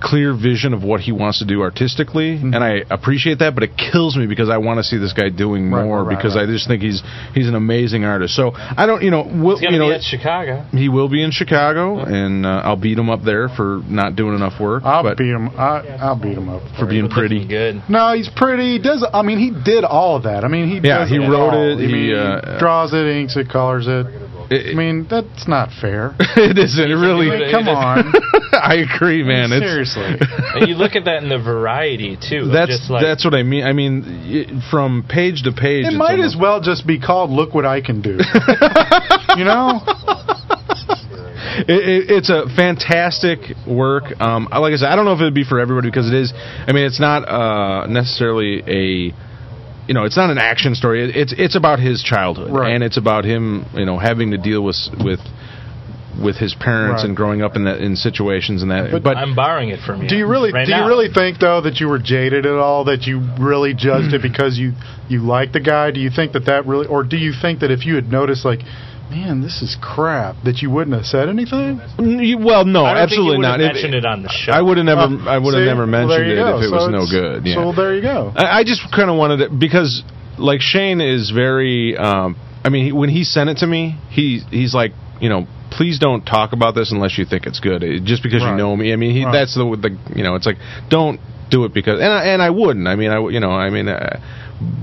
clear vision of what he wants to do artistically,
Mm-hmm.
and I appreciate that. But it kills me because I want to see this guy doing
Right,
more
right, right,
because
right.
I just think he's he's an amazing artist. So I don't, you know, will,
It's gonna
you know,
be at Chicago.
he will be in Chicago, and uh, I'll beat him up there for not doing enough work.
I'll
but
beat him. I, I'll beat him up
for being pretty.
Good.
No, he's pretty. He does I mean he did all of that. I mean he
Yeah,
does
he wrote
all.
it,
I
he,
mean,
uh,
draws it, inks it, colors it.
It-
I mean that's not fair.
it isn't. It <laughs> really.
I mean, come on,
<laughs> I agree, man. It's,
seriously.
And you look at that in the variety too. of
That's
just like,
that's what I mean. I mean, y- from page to page.
It
it's
might
almost-
as well just be called "Look What I Can
<laughs>
Do." you know,
It, it, it's a fantastic work. Um, I- like I said, I don't know if it'd be for everybody because it is. I mean, it's not uh, necessarily a. You know, it's not an action story. It, it's it's about his childhood,
Right.
and it's about him. You know, having to deal with s- with with his parents
Right.
and growing up in that in situations and that. But,
I'm borrowing it from you.
do you really
Right
do
now.
you really think though that you were jaded at all? That you really judged
Hmm.
it because you you liked the guy? Do you think that that really, or do you think that if you had noticed, like, man, this is crap, that you wouldn't have said anything?
N- you- well, no,
I don't
absolutely
think you
not.
would've
If-
Mentioned it on the show.
I would have never.
Uh,
I would have
see?
never
Well, there
mentioned
you
it
go.
if it
So
was no
it's-
good. Yeah.
So well, there you go.
I, I just kind of wanted it because, like Shane is very. Um, I mean, he, when he sent it to me, he he's like, you know, please don't talk about this unless you think it's good. It- just because you
Right.
know me, I mean, he,
Right.
that's the the you know, it's like don't do it because and I, and I wouldn't. I mean, I w- you know, I mean, uh,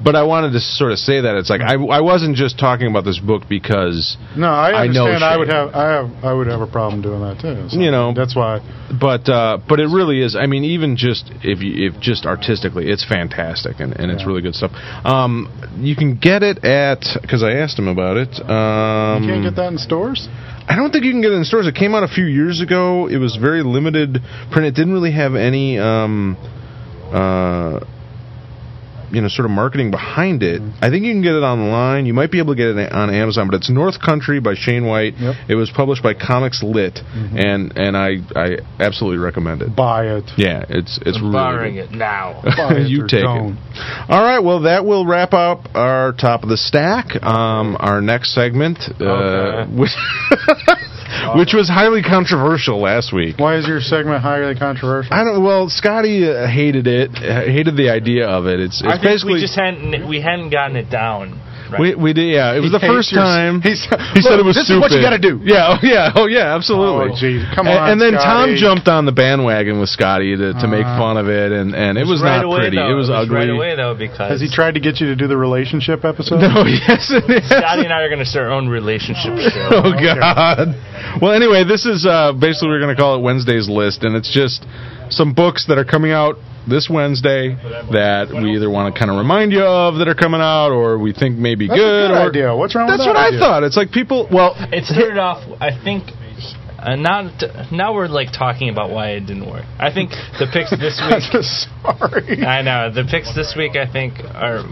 but I wanted to sort of say that it's like I I wasn't just talking about this book because.
No,
<laughs>
I
I know
understand. I, would
shit.
have, I have, I would have a problem doing that too. So
You know.
that's why.
but uh, but it really is. I mean, even just if you, if just artistically, it's fantastic and, and it's
Yeah.
really good stuff. Um, you can get it at because I asked him about it. Um,
You can't get that in stores.
I don't think you can get it in stores. It came out a few years ago. It was very limited print. It didn't really have any. Um, uh, you know, sort of marketing behind it.
Mm-hmm.
I think you can get it online. You might be able to get it on Amazon, but it's North Country by Shane White.
Yep. Mm-hmm.
It was published by Comics Lit, and and I I absolutely recommend it.
Buy it.
Yeah, it's it's really
borrowing
good.
it now.
Buy it
<laughs> You
or
take it.
don't.
All right, well that will wrap up our top of the stack. Um, our next segment, uh,
Okay.
which, <laughs> which was highly controversial last week.
Why is your segment highly controversial?
I don't. Well, Scotty uh, hated it. uh, Hated the idea of it. It's, it's
I think
basically
we just hadn't we hadn't gotten it down. Right.
we, we did. Yeah, it was
He
the first
hates your-
time.
he's-
he said
Look,
it was
this is
stupid.
what you gotta do.
Yeah, oh, <laughs> yeah, oh yeah, absolutely.
Oh, geez. Come
A- And,
on,
then Tom
Scotty.
jumped on the bandwagon with Scotty to, to make
Uh,
fun of it, and, and it was, not
right away,
pretty. It
Though.
was ugly.
right
<laughs>
away though because
Has he tried to get you to do the relationship episode?
No, yes, it is.
Scotty and I are going to start our own relationship
<laughs>
show.
Oh God! Well, anyway, this is uh, basically we're going to call it Wednesday's list, and it's just some books that are coming out this Wednesday that we either want to kind of remind you of that are coming out, or we think may be
That's a
good.
good
or-
idea. What's wrong with
That's
that
what I
idea?
thought. It's like people. Well,
It started off, I think. Uh, now, now we're like talking about why it didn't work. I think the
<laughs>
picks this
I'm
week.
just sorry.
I know the picks this week. I think are.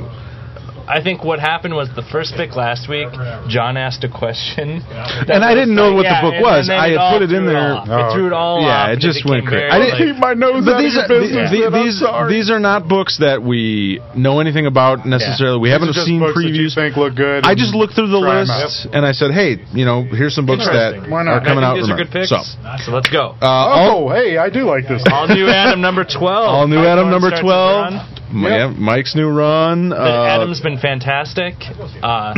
I think what happened was the first pick last week. John asked a question,
And I didn't know what the book was.
and then
I had
all
put it in
threw
there.
off.
Oh,
it threw it all
okay. Yeah,
off
it
and
just
became
went crazy.
very,
I didn't-
like-
Keep my nose
but
out
these are,
of your business.
the-
man. I'm
these,
sorry.
these are not books that we know anything about necessarily. We
These
haven't
are just
seen
books that you
previews.
think look good.
I
and-
just looked through the
Try 'em
list and I said, "Hey, you know, here's some books that
Interesting.
Why
are
not?
coming out."
I think These are good
remember.
picks.
So,
So let's go.
uh, all-
Oh, hey, I do like this.
<laughs> All new Adam number twelve.
Uh, All new
Mike
Adam
Owen
number
starts his
12.
run.
M- yeah, Mike's new run.
The
uh,
Adam's been fantastic.
<clears throat>
Uh,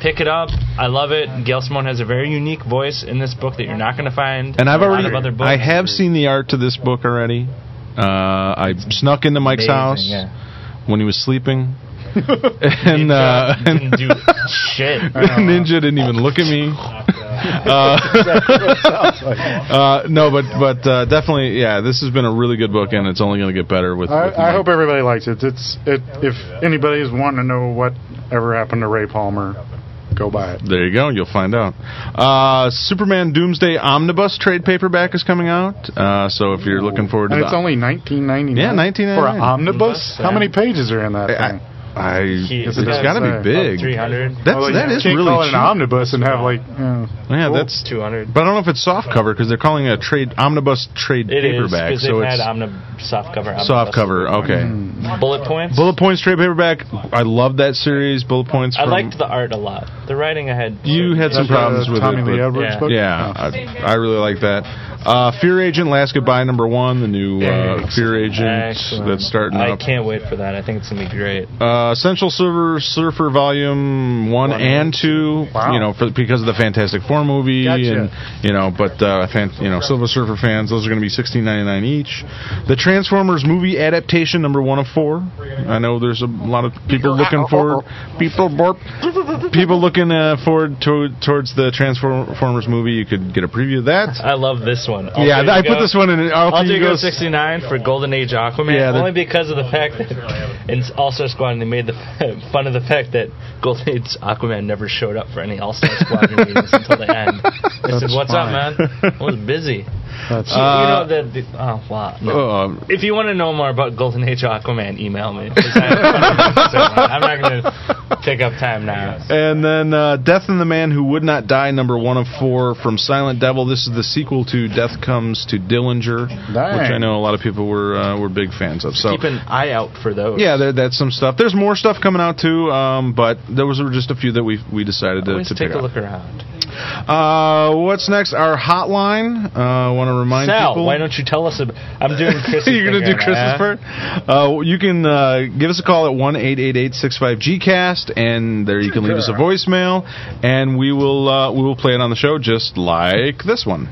pick it up. I love it. Gail Simone has a very unique voice in this book that you're not going to find.
and I've
in a
already,
Lot of other books.
I have seen the art to this book already. Uh, I snuck into Mike's
Amazing,
house.
yeah.
when he was sleeping. and uh,
didn't
<laughs>
do shit.
Uh,
Ninja didn't even look at
<laughs>
me. <laughs> Uh, no, but but uh, definitely, yeah. This has been a really good book, and it's only going to get better with. with
I, I
Mike.
hope everybody likes it. It's it. If anybody is wanting to know what ever happened to Ray Palmer, go buy it.
There you go. You'll find out. Uh, Superman Doomsday Omnibus trade paperback is coming out. Uh, so if you're looking forward to
And
that,
it's only 19.99.
Yeah, 19.99.
for an omnibus. How many pages are in that
I-
thing?
I, it's
Yes, it
does
got to be
say.
big.
Three hundred.
That's
Well,
that is
you Oh, can't
really
call it
cheap.
an omnibus and have like. yeah.
yeah, that's
two hundred.
But I don't know if it's soft cover because they're calling it a trade omnibus trade
It is
paperback.
because
so
it had
it's
omnib soft cover. omnibus.
soft cover. Okay.
Mm. Hmm.
Bullet points.
Bullet points trade paperback. I love that series. Bullet points.
I
From,
liked the art a lot. The writing I had.
You had some
That's, uh,
problems with
Tommy
it.
Lee
but-
Edwards
yeah.
book.
yeah, I, I really like that. Uh, Fear Agent, Last Goodbye, number one, the new uh, Fear Agent
Excellent.
that's starting
I
up.
can't wait for that. I think it's gonna be great.
Uh, Central Silver Surfer Volume One and Two.
Wow.
You know, for, because of the Fantastic Four movie,
Gotcha.
and you know, but uh, fan, you know, Silver Surfer fans, those are going to be sixteen ninety nine each. The Transformers movie adaptation, number one of four. I know there's a lot of people looking forward, people burp, people looking uh, forward to, towards the Transformers movie. You could get a preview of that.
I love this one.
yeah,
Alter
I put
Ego-
this one in.
Alter Ego
Ego's-
69 for Golden Age Aquaman,
Yeah, that-
only because of the fact that <laughs> in All-Star Squad they made the <laughs> fun of the fact that Golden Age Aquaman never showed up for any All-Star
<laughs>
Squad meetings until the end. They said,
That's
"What's
fine.
up, man? I was busy."
That's,
Uh,
you know the, the oh wow. No.
Uh,
if you want to know more about Golden Age Aquaman,
<laughs>
email me. 'cause I have fun with it so much. I'm not going to take up time now.
And then uh, Death and the Man Who Would Not Die, number one of four from Silent Devil. This is the sequel to Death Comes to Dillinger,
Dang.
which I know a lot of people were uh, were big fans of. So
Keep an eye out for those.
yeah, there, that's some stuff. There's more stuff coming out too, um, but those were just a few that we we decided to,
Always
to
take
pick
a
out.
look around.
Uh, what's next? Our hotline. Uh, I want to remind
Sal,
people.
why don't you tell us? About, I'm
<laughs>
doing Chris's.
You're gonna
thing
do
right
Chris's
now.
part. Uh, you can uh, give us a call at one eight eight eight six five Gcast, and there you can leave us a voicemail, and we will uh, we will play it on the show just like this one.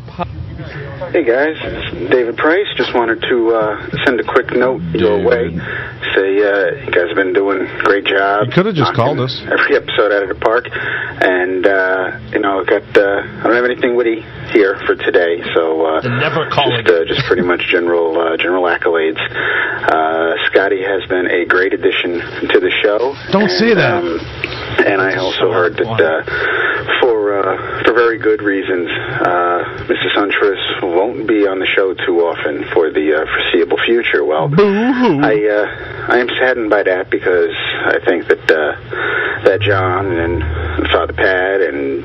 Hey guys, it's David Price. Just wanted to uh, send a quick note your way. Say uh, you guys have been doing a great job.
You coulda just
knocking
called us.
Every <laughs> episode out of the park, and uh, you know, I got uh, I don't have anything witty here for today, so uh,
The never calling.
Just, uh, just pretty much general uh, general accolades. Uh, Scotty has been a great addition to the show.
Don't say
And,
that.
um, and I also heard that uh, for uh, for very good reasons, uh, Mrs. Huntress won't be on the show too often for the uh, foreseeable future. Well,
Mm-hmm.
I uh, I am saddened by that because I think that uh, that John and Father Pat and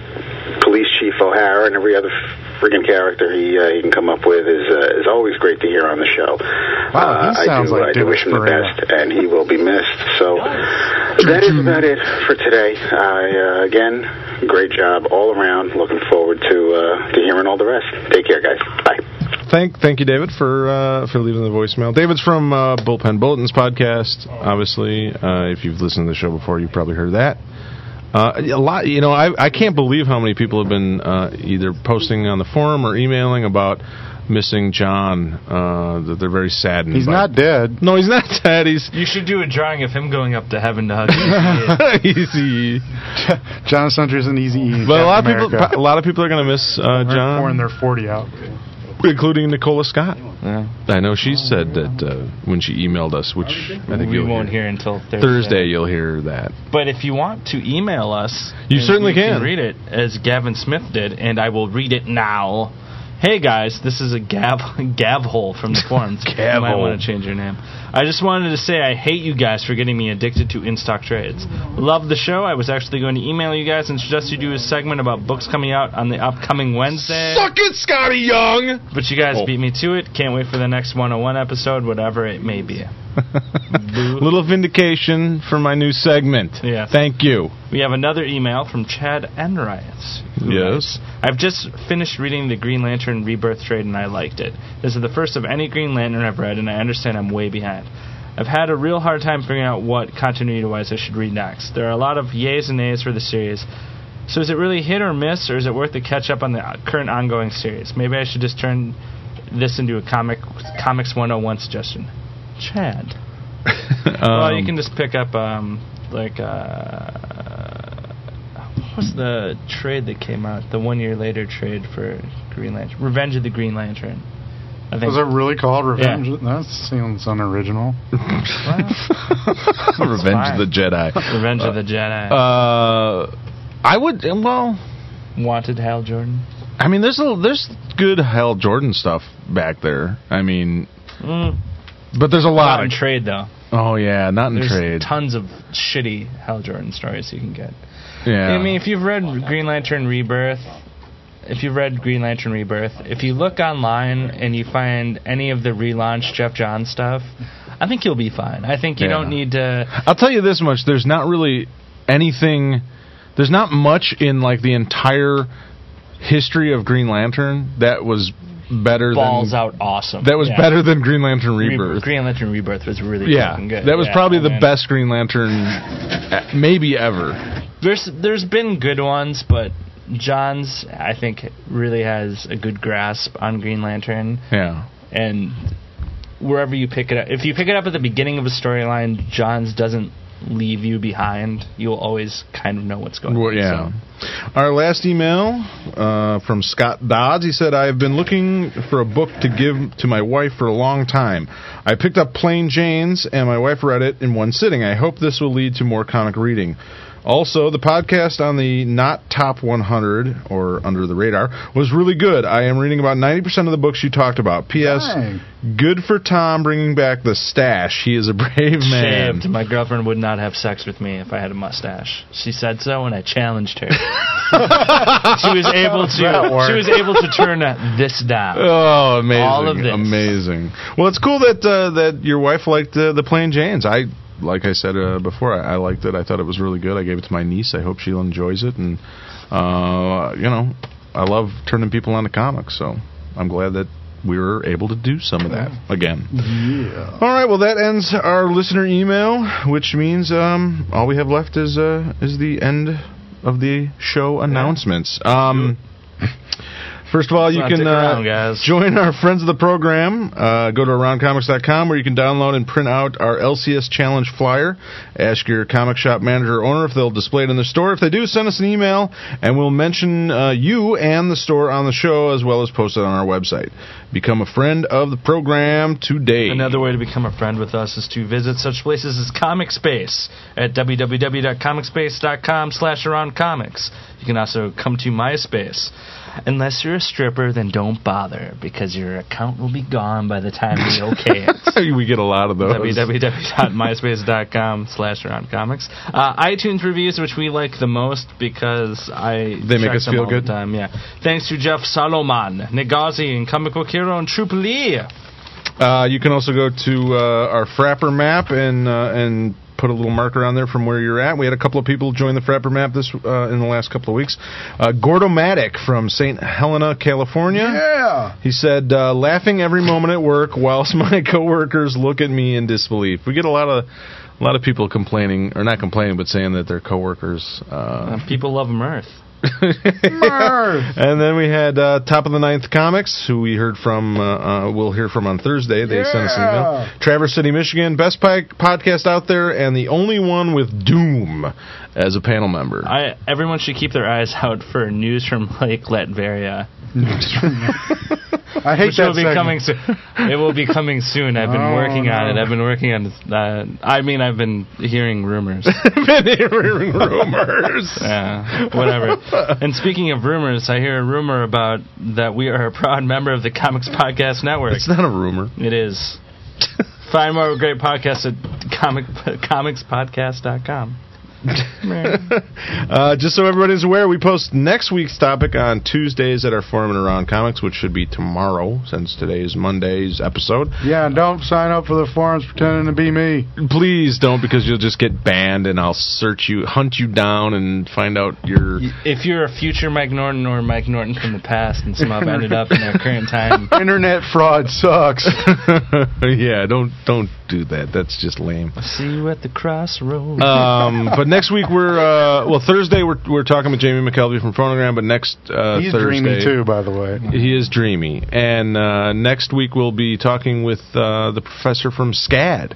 Police Chief O'Hara and every other friggin' character he uh, he can come up with is uh, is always great to hear on the show.
Wow, he
uh,
sounds
I do,
like
I do
Dennis
wish him the
Ferrera.
best, and he will be missed. So that is about it for today. I uh, again, great job all around. Looking forward to uh, to hearing all the rest. Take care, guys. Bye.
Thank thank you, David, for uh, for leaving the voicemail. David's from uh, Bullpen Bulletins podcast. Obviously, uh, if you've listened to the show before, you've probably heard that. Uh, a lot, you know, I, I can't believe how many people have been uh, either posting on the forum or emailing about missing John. Uh, that they're very saddened.
he's
by-
not dead.
No, he's not sad. He's
You should do a drawing of him going up to heaven to hug.
<laughs>
his kid.
easy.
John Sunder's an easy E.
But a lot of
Captain
people,
America.
a lot of people are going to miss uh,
They're
John,
pouring their 40 out.
including Nicola Scott. I know she said that uh, when she emailed us, which I think
we
you'll
won't hear until Thursday.
Thursday you'll hear that.
But if you want to email us,
You
and
certainly
you
can.
read it as Gavin Smith did, and I will read it now. Hey guys, this is a gab <laughs> gav hole
<laughs>
from the forums.
Gav
you might
hole.
want to change your name. I just wanted to say I hate you guys for getting me addicted to in stock trades. Love the show. I was actually going to email you guys and suggest you do a segment about books coming out on the upcoming Wednesday.
Suck it, Scotty Young.
But you guys
Oh.
beat me to it. Can't wait for the next 101 episode, whatever it may be. Boo.
Little vindication for my new segment.
Yeah.
Thank you.
We have another email from Chad Enright. who
Yes.
writes, I've just finished reading the Green Lantern Rebirth trade and I liked it. This is the first of any Green Lantern I've read, and I understand I'm way behind. I've had a real hard time figuring out what continuity wise I should read next. There are a lot of yays and nays for the series. So is it really hit or miss, or is it worth the catch up on the uh, current ongoing series? Maybe I should just turn this into a comic comics 101 suggestion. oh Chad. well,
Um,
you can just pick up um, like uh, what was the trade that came out? The one year later trade for Green Lantern, Revenge of the Green Lantern. I think.
Was it really called
Yeah.
Revenge? That seems unoriginal.
<laughs> Revenge of the Jedi.
<laughs> Revenge of the Jedi.
Uh, I would. Well,
Wanted Hal Jordan.
I mean, there's a, there's good Hal Jordan stuff back there. I mean,
Mm.
but there's a
Not
lot.
in trade though.
oh yeah, not in
There's
trade.
tons of shitty Hal Jordan stories you can get.
yeah.
I mean, if you've read Green Lantern Rebirth, if you've read Green Lantern Rebirth, if you look online and you find any of the relaunched Jeff Johns stuff, I think you'll be fine. I think you
Yeah.
don't need to.
I'll tell you this much: there's not really anything. There's not much in like the entire history of Green Lantern that was better
Balls
than
out awesome.
that was
Yeah.
better than Green Lantern
Re-
Rebirth.
Green Lantern Rebirth was really
yeah,
fucking good.
that was
Yeah, oh,
probably
I
the
mean,
best Green Lantern, uh, maybe ever.
There's there's been good ones, but Johns I think really has a good grasp on Green Lantern.
Yeah,
and wherever you pick it up, if you pick it up at the beginning of a storyline, Johns doesn't leave you behind. You'll always kind of know what's going
Well,
on.
yeah. Our last email uh, from Scott Dodds. He said, "I have been looking for a book to give to my wife for a long time. I picked up Plain Jane's, and my wife read it in one sitting. I hope this will lead to more comic reading." Also, the podcast on the not top 100 or under the radar was really good. I am reading about 90% of the books you talked about. P.S.
Dang.
Good for Tom bringing back the stash. He is a brave man.
Shaved. My girlfriend would not have sex with me if I had a mustache. She said so, and I challenged
<laughs>
her. she was able to. She was able to turn this down.
Oh, amazing!
All of this.
amazing. Well, it's cool that uh, that your wife liked uh, the Plain Janes. I, like I said uh, before, I, I liked it. I thought it was really good. I gave it to my niece. I hope she enjoys it. And uh, you know, I love turning people on to comics. So I'm glad that we were able to do some of that again.
Yeah.
All right. Well, that ends our listener email, which means um, all we have left is uh, is the end of the show announcements. Um, first of all, you
Well,
can
stick around,
uh,
guys.
join our friends of the program. Uh, go to aroundcomics.com where you can download and print out our LCS challenge flyer. Ask your comic shop manager or owner if they'll display it in the store. If they do, send us an email and we'll mention uh, you and the store on the show as well as post it on our website. Become a friend of the program today.
Another way to become a friend with us is to visit such places as Comic Space at www.comicspace.com slash around comics. You can also come to MySpace. Unless you're a stripper, then don't bother because your account will be gone by the
<laughs>
time we okay it.
we get a lot of those.
www.myspace.com slash around comics. Uh, iTunes reviews, which we like the most because I
They make
check
us
them
feel
all the
good?
time, yeah. Thanks to Jeff Salomon, Negazi, and Comic Book Hero, and E. Troop Lee.
Uh, you can also go to uh, our Frapper map and uh, and put a little marker on there from where you're at. We had a couple of people join the Frapper map this uh, in the last couple of weeks. Uh, Gordomatic from St. Helena, California. <laughs>
Yeah.
He said, uh, laughing every moment at work whilst <laughs> my coworkers look at me in disbelief. We get a lot of a lot of people complaining, or not complaining, but saying that their coworkers.
<laughs>
Uh,
People love them, Earth.
Merv.
And then we had uh, Top of the Ninth Comics, who we heard from, uh, uh, we'll hear from on Thursday. They sent us an
Yeah.
email. Traverse City, Michigan, best pi- podcast out there, and the only one with Doom as a panel member. <laughs>
I everyone should keep their eyes out for news from Lake Latveria,
I hate
which
that
will be
segment.
coming soon.
<laughs>
It will be coming soon. I've been
Oh,
working on
no.
it. I've been working on. it. Uh, I mean, I've been hearing
<laughs>
rumors.
I've been hearing rumors.
<laughs> yeah, whatever. And speaking of rumors, I hear a rumor about that we are a proud member of the Comics Podcast Network.
It's not a rumor. <laughs>
It
<laughs>
is. Find more great podcasts at comic comicspodcast.com.
Uh, just so everybody's aware, we post next week's topic on Tuesdays at our forum and around comics, which should be tomorrow, since today is Monday's episode.
Yeah, and don't sign up for the forums pretending to be me.
Please don't, because you'll just get banned, and I'll search you, hunt you down, and find out your.
If you're a future Mike Norton or Mike Norton from the past and somehow ended up in our current time,
Internet
<laughs>
fraud sucks.
yeah, don't don't do that. That's just lame.
See you at the crossroads.
<laughs> Um, but next week we're uh, well Thursday we're we're talking with Jamie McKelvey from Phonogram, but next uh,
He's
Thursday
dreamy too, by the way.
He is dreamy, and uh, next week we'll be talking with uh, the professor from SCAD,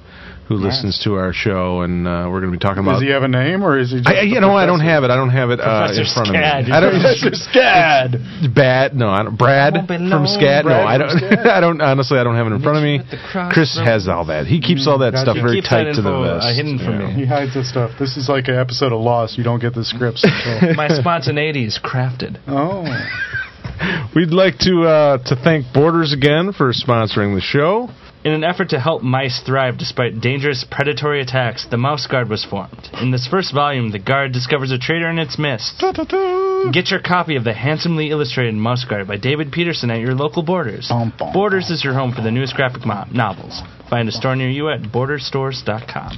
who listens to our show, and uh, we're going to be talking about.
Does he have a name or is he? Just
I, I- you
the
know, I don't
professor?
have it. I don't have it uh, in front of me. I don't,
Scad.
Bad? No, I don't. Brad
Won't be
from
long,
Scat? No,
Brad
I
from
don't.
Scat.
<laughs> I don't. Honestly, I don't have it in front of me.
with the cross
Chris has all that. He keeps all that
Gotcha.
stuff
He
very
keeps that
tight to the
info, uh,
vest.
hidden from
Yeah.
me.
He hides this stuff. This is like an episode of Lost. You don't get the
<laughs>
scripts. Until,
My spontaneity is crafted.
oh,
We'd like to uh, to thank Borders again for sponsoring the show.
In an effort to help mice thrive despite dangerous predatory attacks, the Mouse Guard was formed. In this first volume, the Guard discovers a traitor in its midst. Get your copy of the handsomely illustrated Mouse Guard by David Peterson at your local Borders.
Bum, bum,
Borders is your home for the newest graphic mo- novels. Find a store near you at borderstores.com.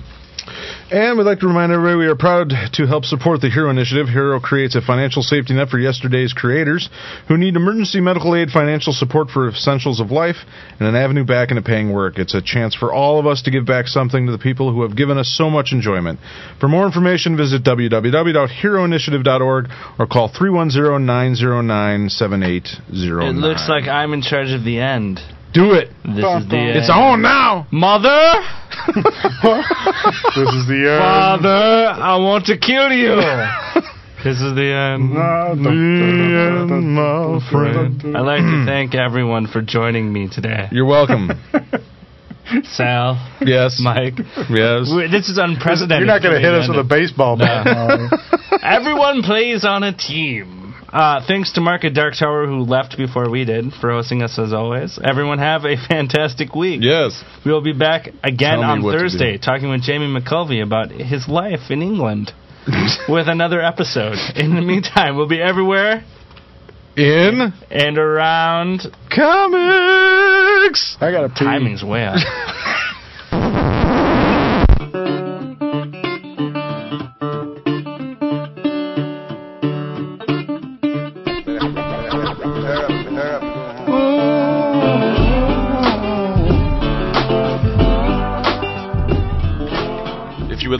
And we'd like to remind everybody we are proud to help support the HERO Initiative. HERO creates a financial safety net for yesterday's creators who need emergency medical aid, financial support for essentials of life, and an avenue back into paying work. It's a chance for all of us to give back something to the people who have given us so much enjoyment. For more information, visit www.heroinitiative.org or call 310 909 7809.
It looks like I'm in charge of the end.
Do it!
This is the
It's
end.
on now!
Mother!
this is the end.
Father, I want to kill you! <laughs> this is the um, end.
The end, my friend.
I'd like to thank everyone for joining me today.
You're
<laughs>
welcome.
Sal,
Yes.
Mike. <laughs>
Yes.
We- This is unprecedented.
You're not going to
for me
hit us
to
with a
end
baseball
<laughs>
bat. Molly.
it. Everyone plays on a team. Uh, thanks to Mark at Dark Tower who left before we did for hosting us as always. Everyone have a <laughs> fantastic week.
Yes.
We will be back
Tell
again
me
on
what to
Thursday
do.
talking with Jamie McCulvey about his life in England with another episode. In the meantime, we'll be everywhere
In
and around.
comics.
I got a pee.
Timing's way up.
If you would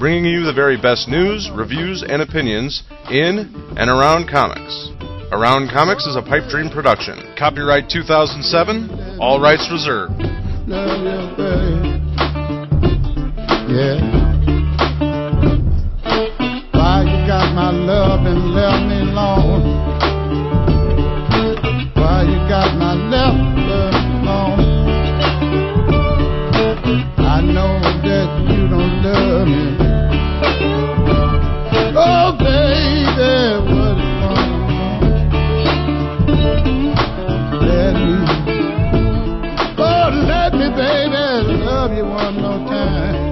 bringing you the very best news, reviews, and opinions in and around comics. Around Comics is a Pipe Dream production. Copyright 2007, all rights reserved.
Yeah. Why you got my love and left me alone? Why you got my left alone? I know that you don't love me. Oh, baby, what is wrong? Let me, oh, let me, baby, love you one more time.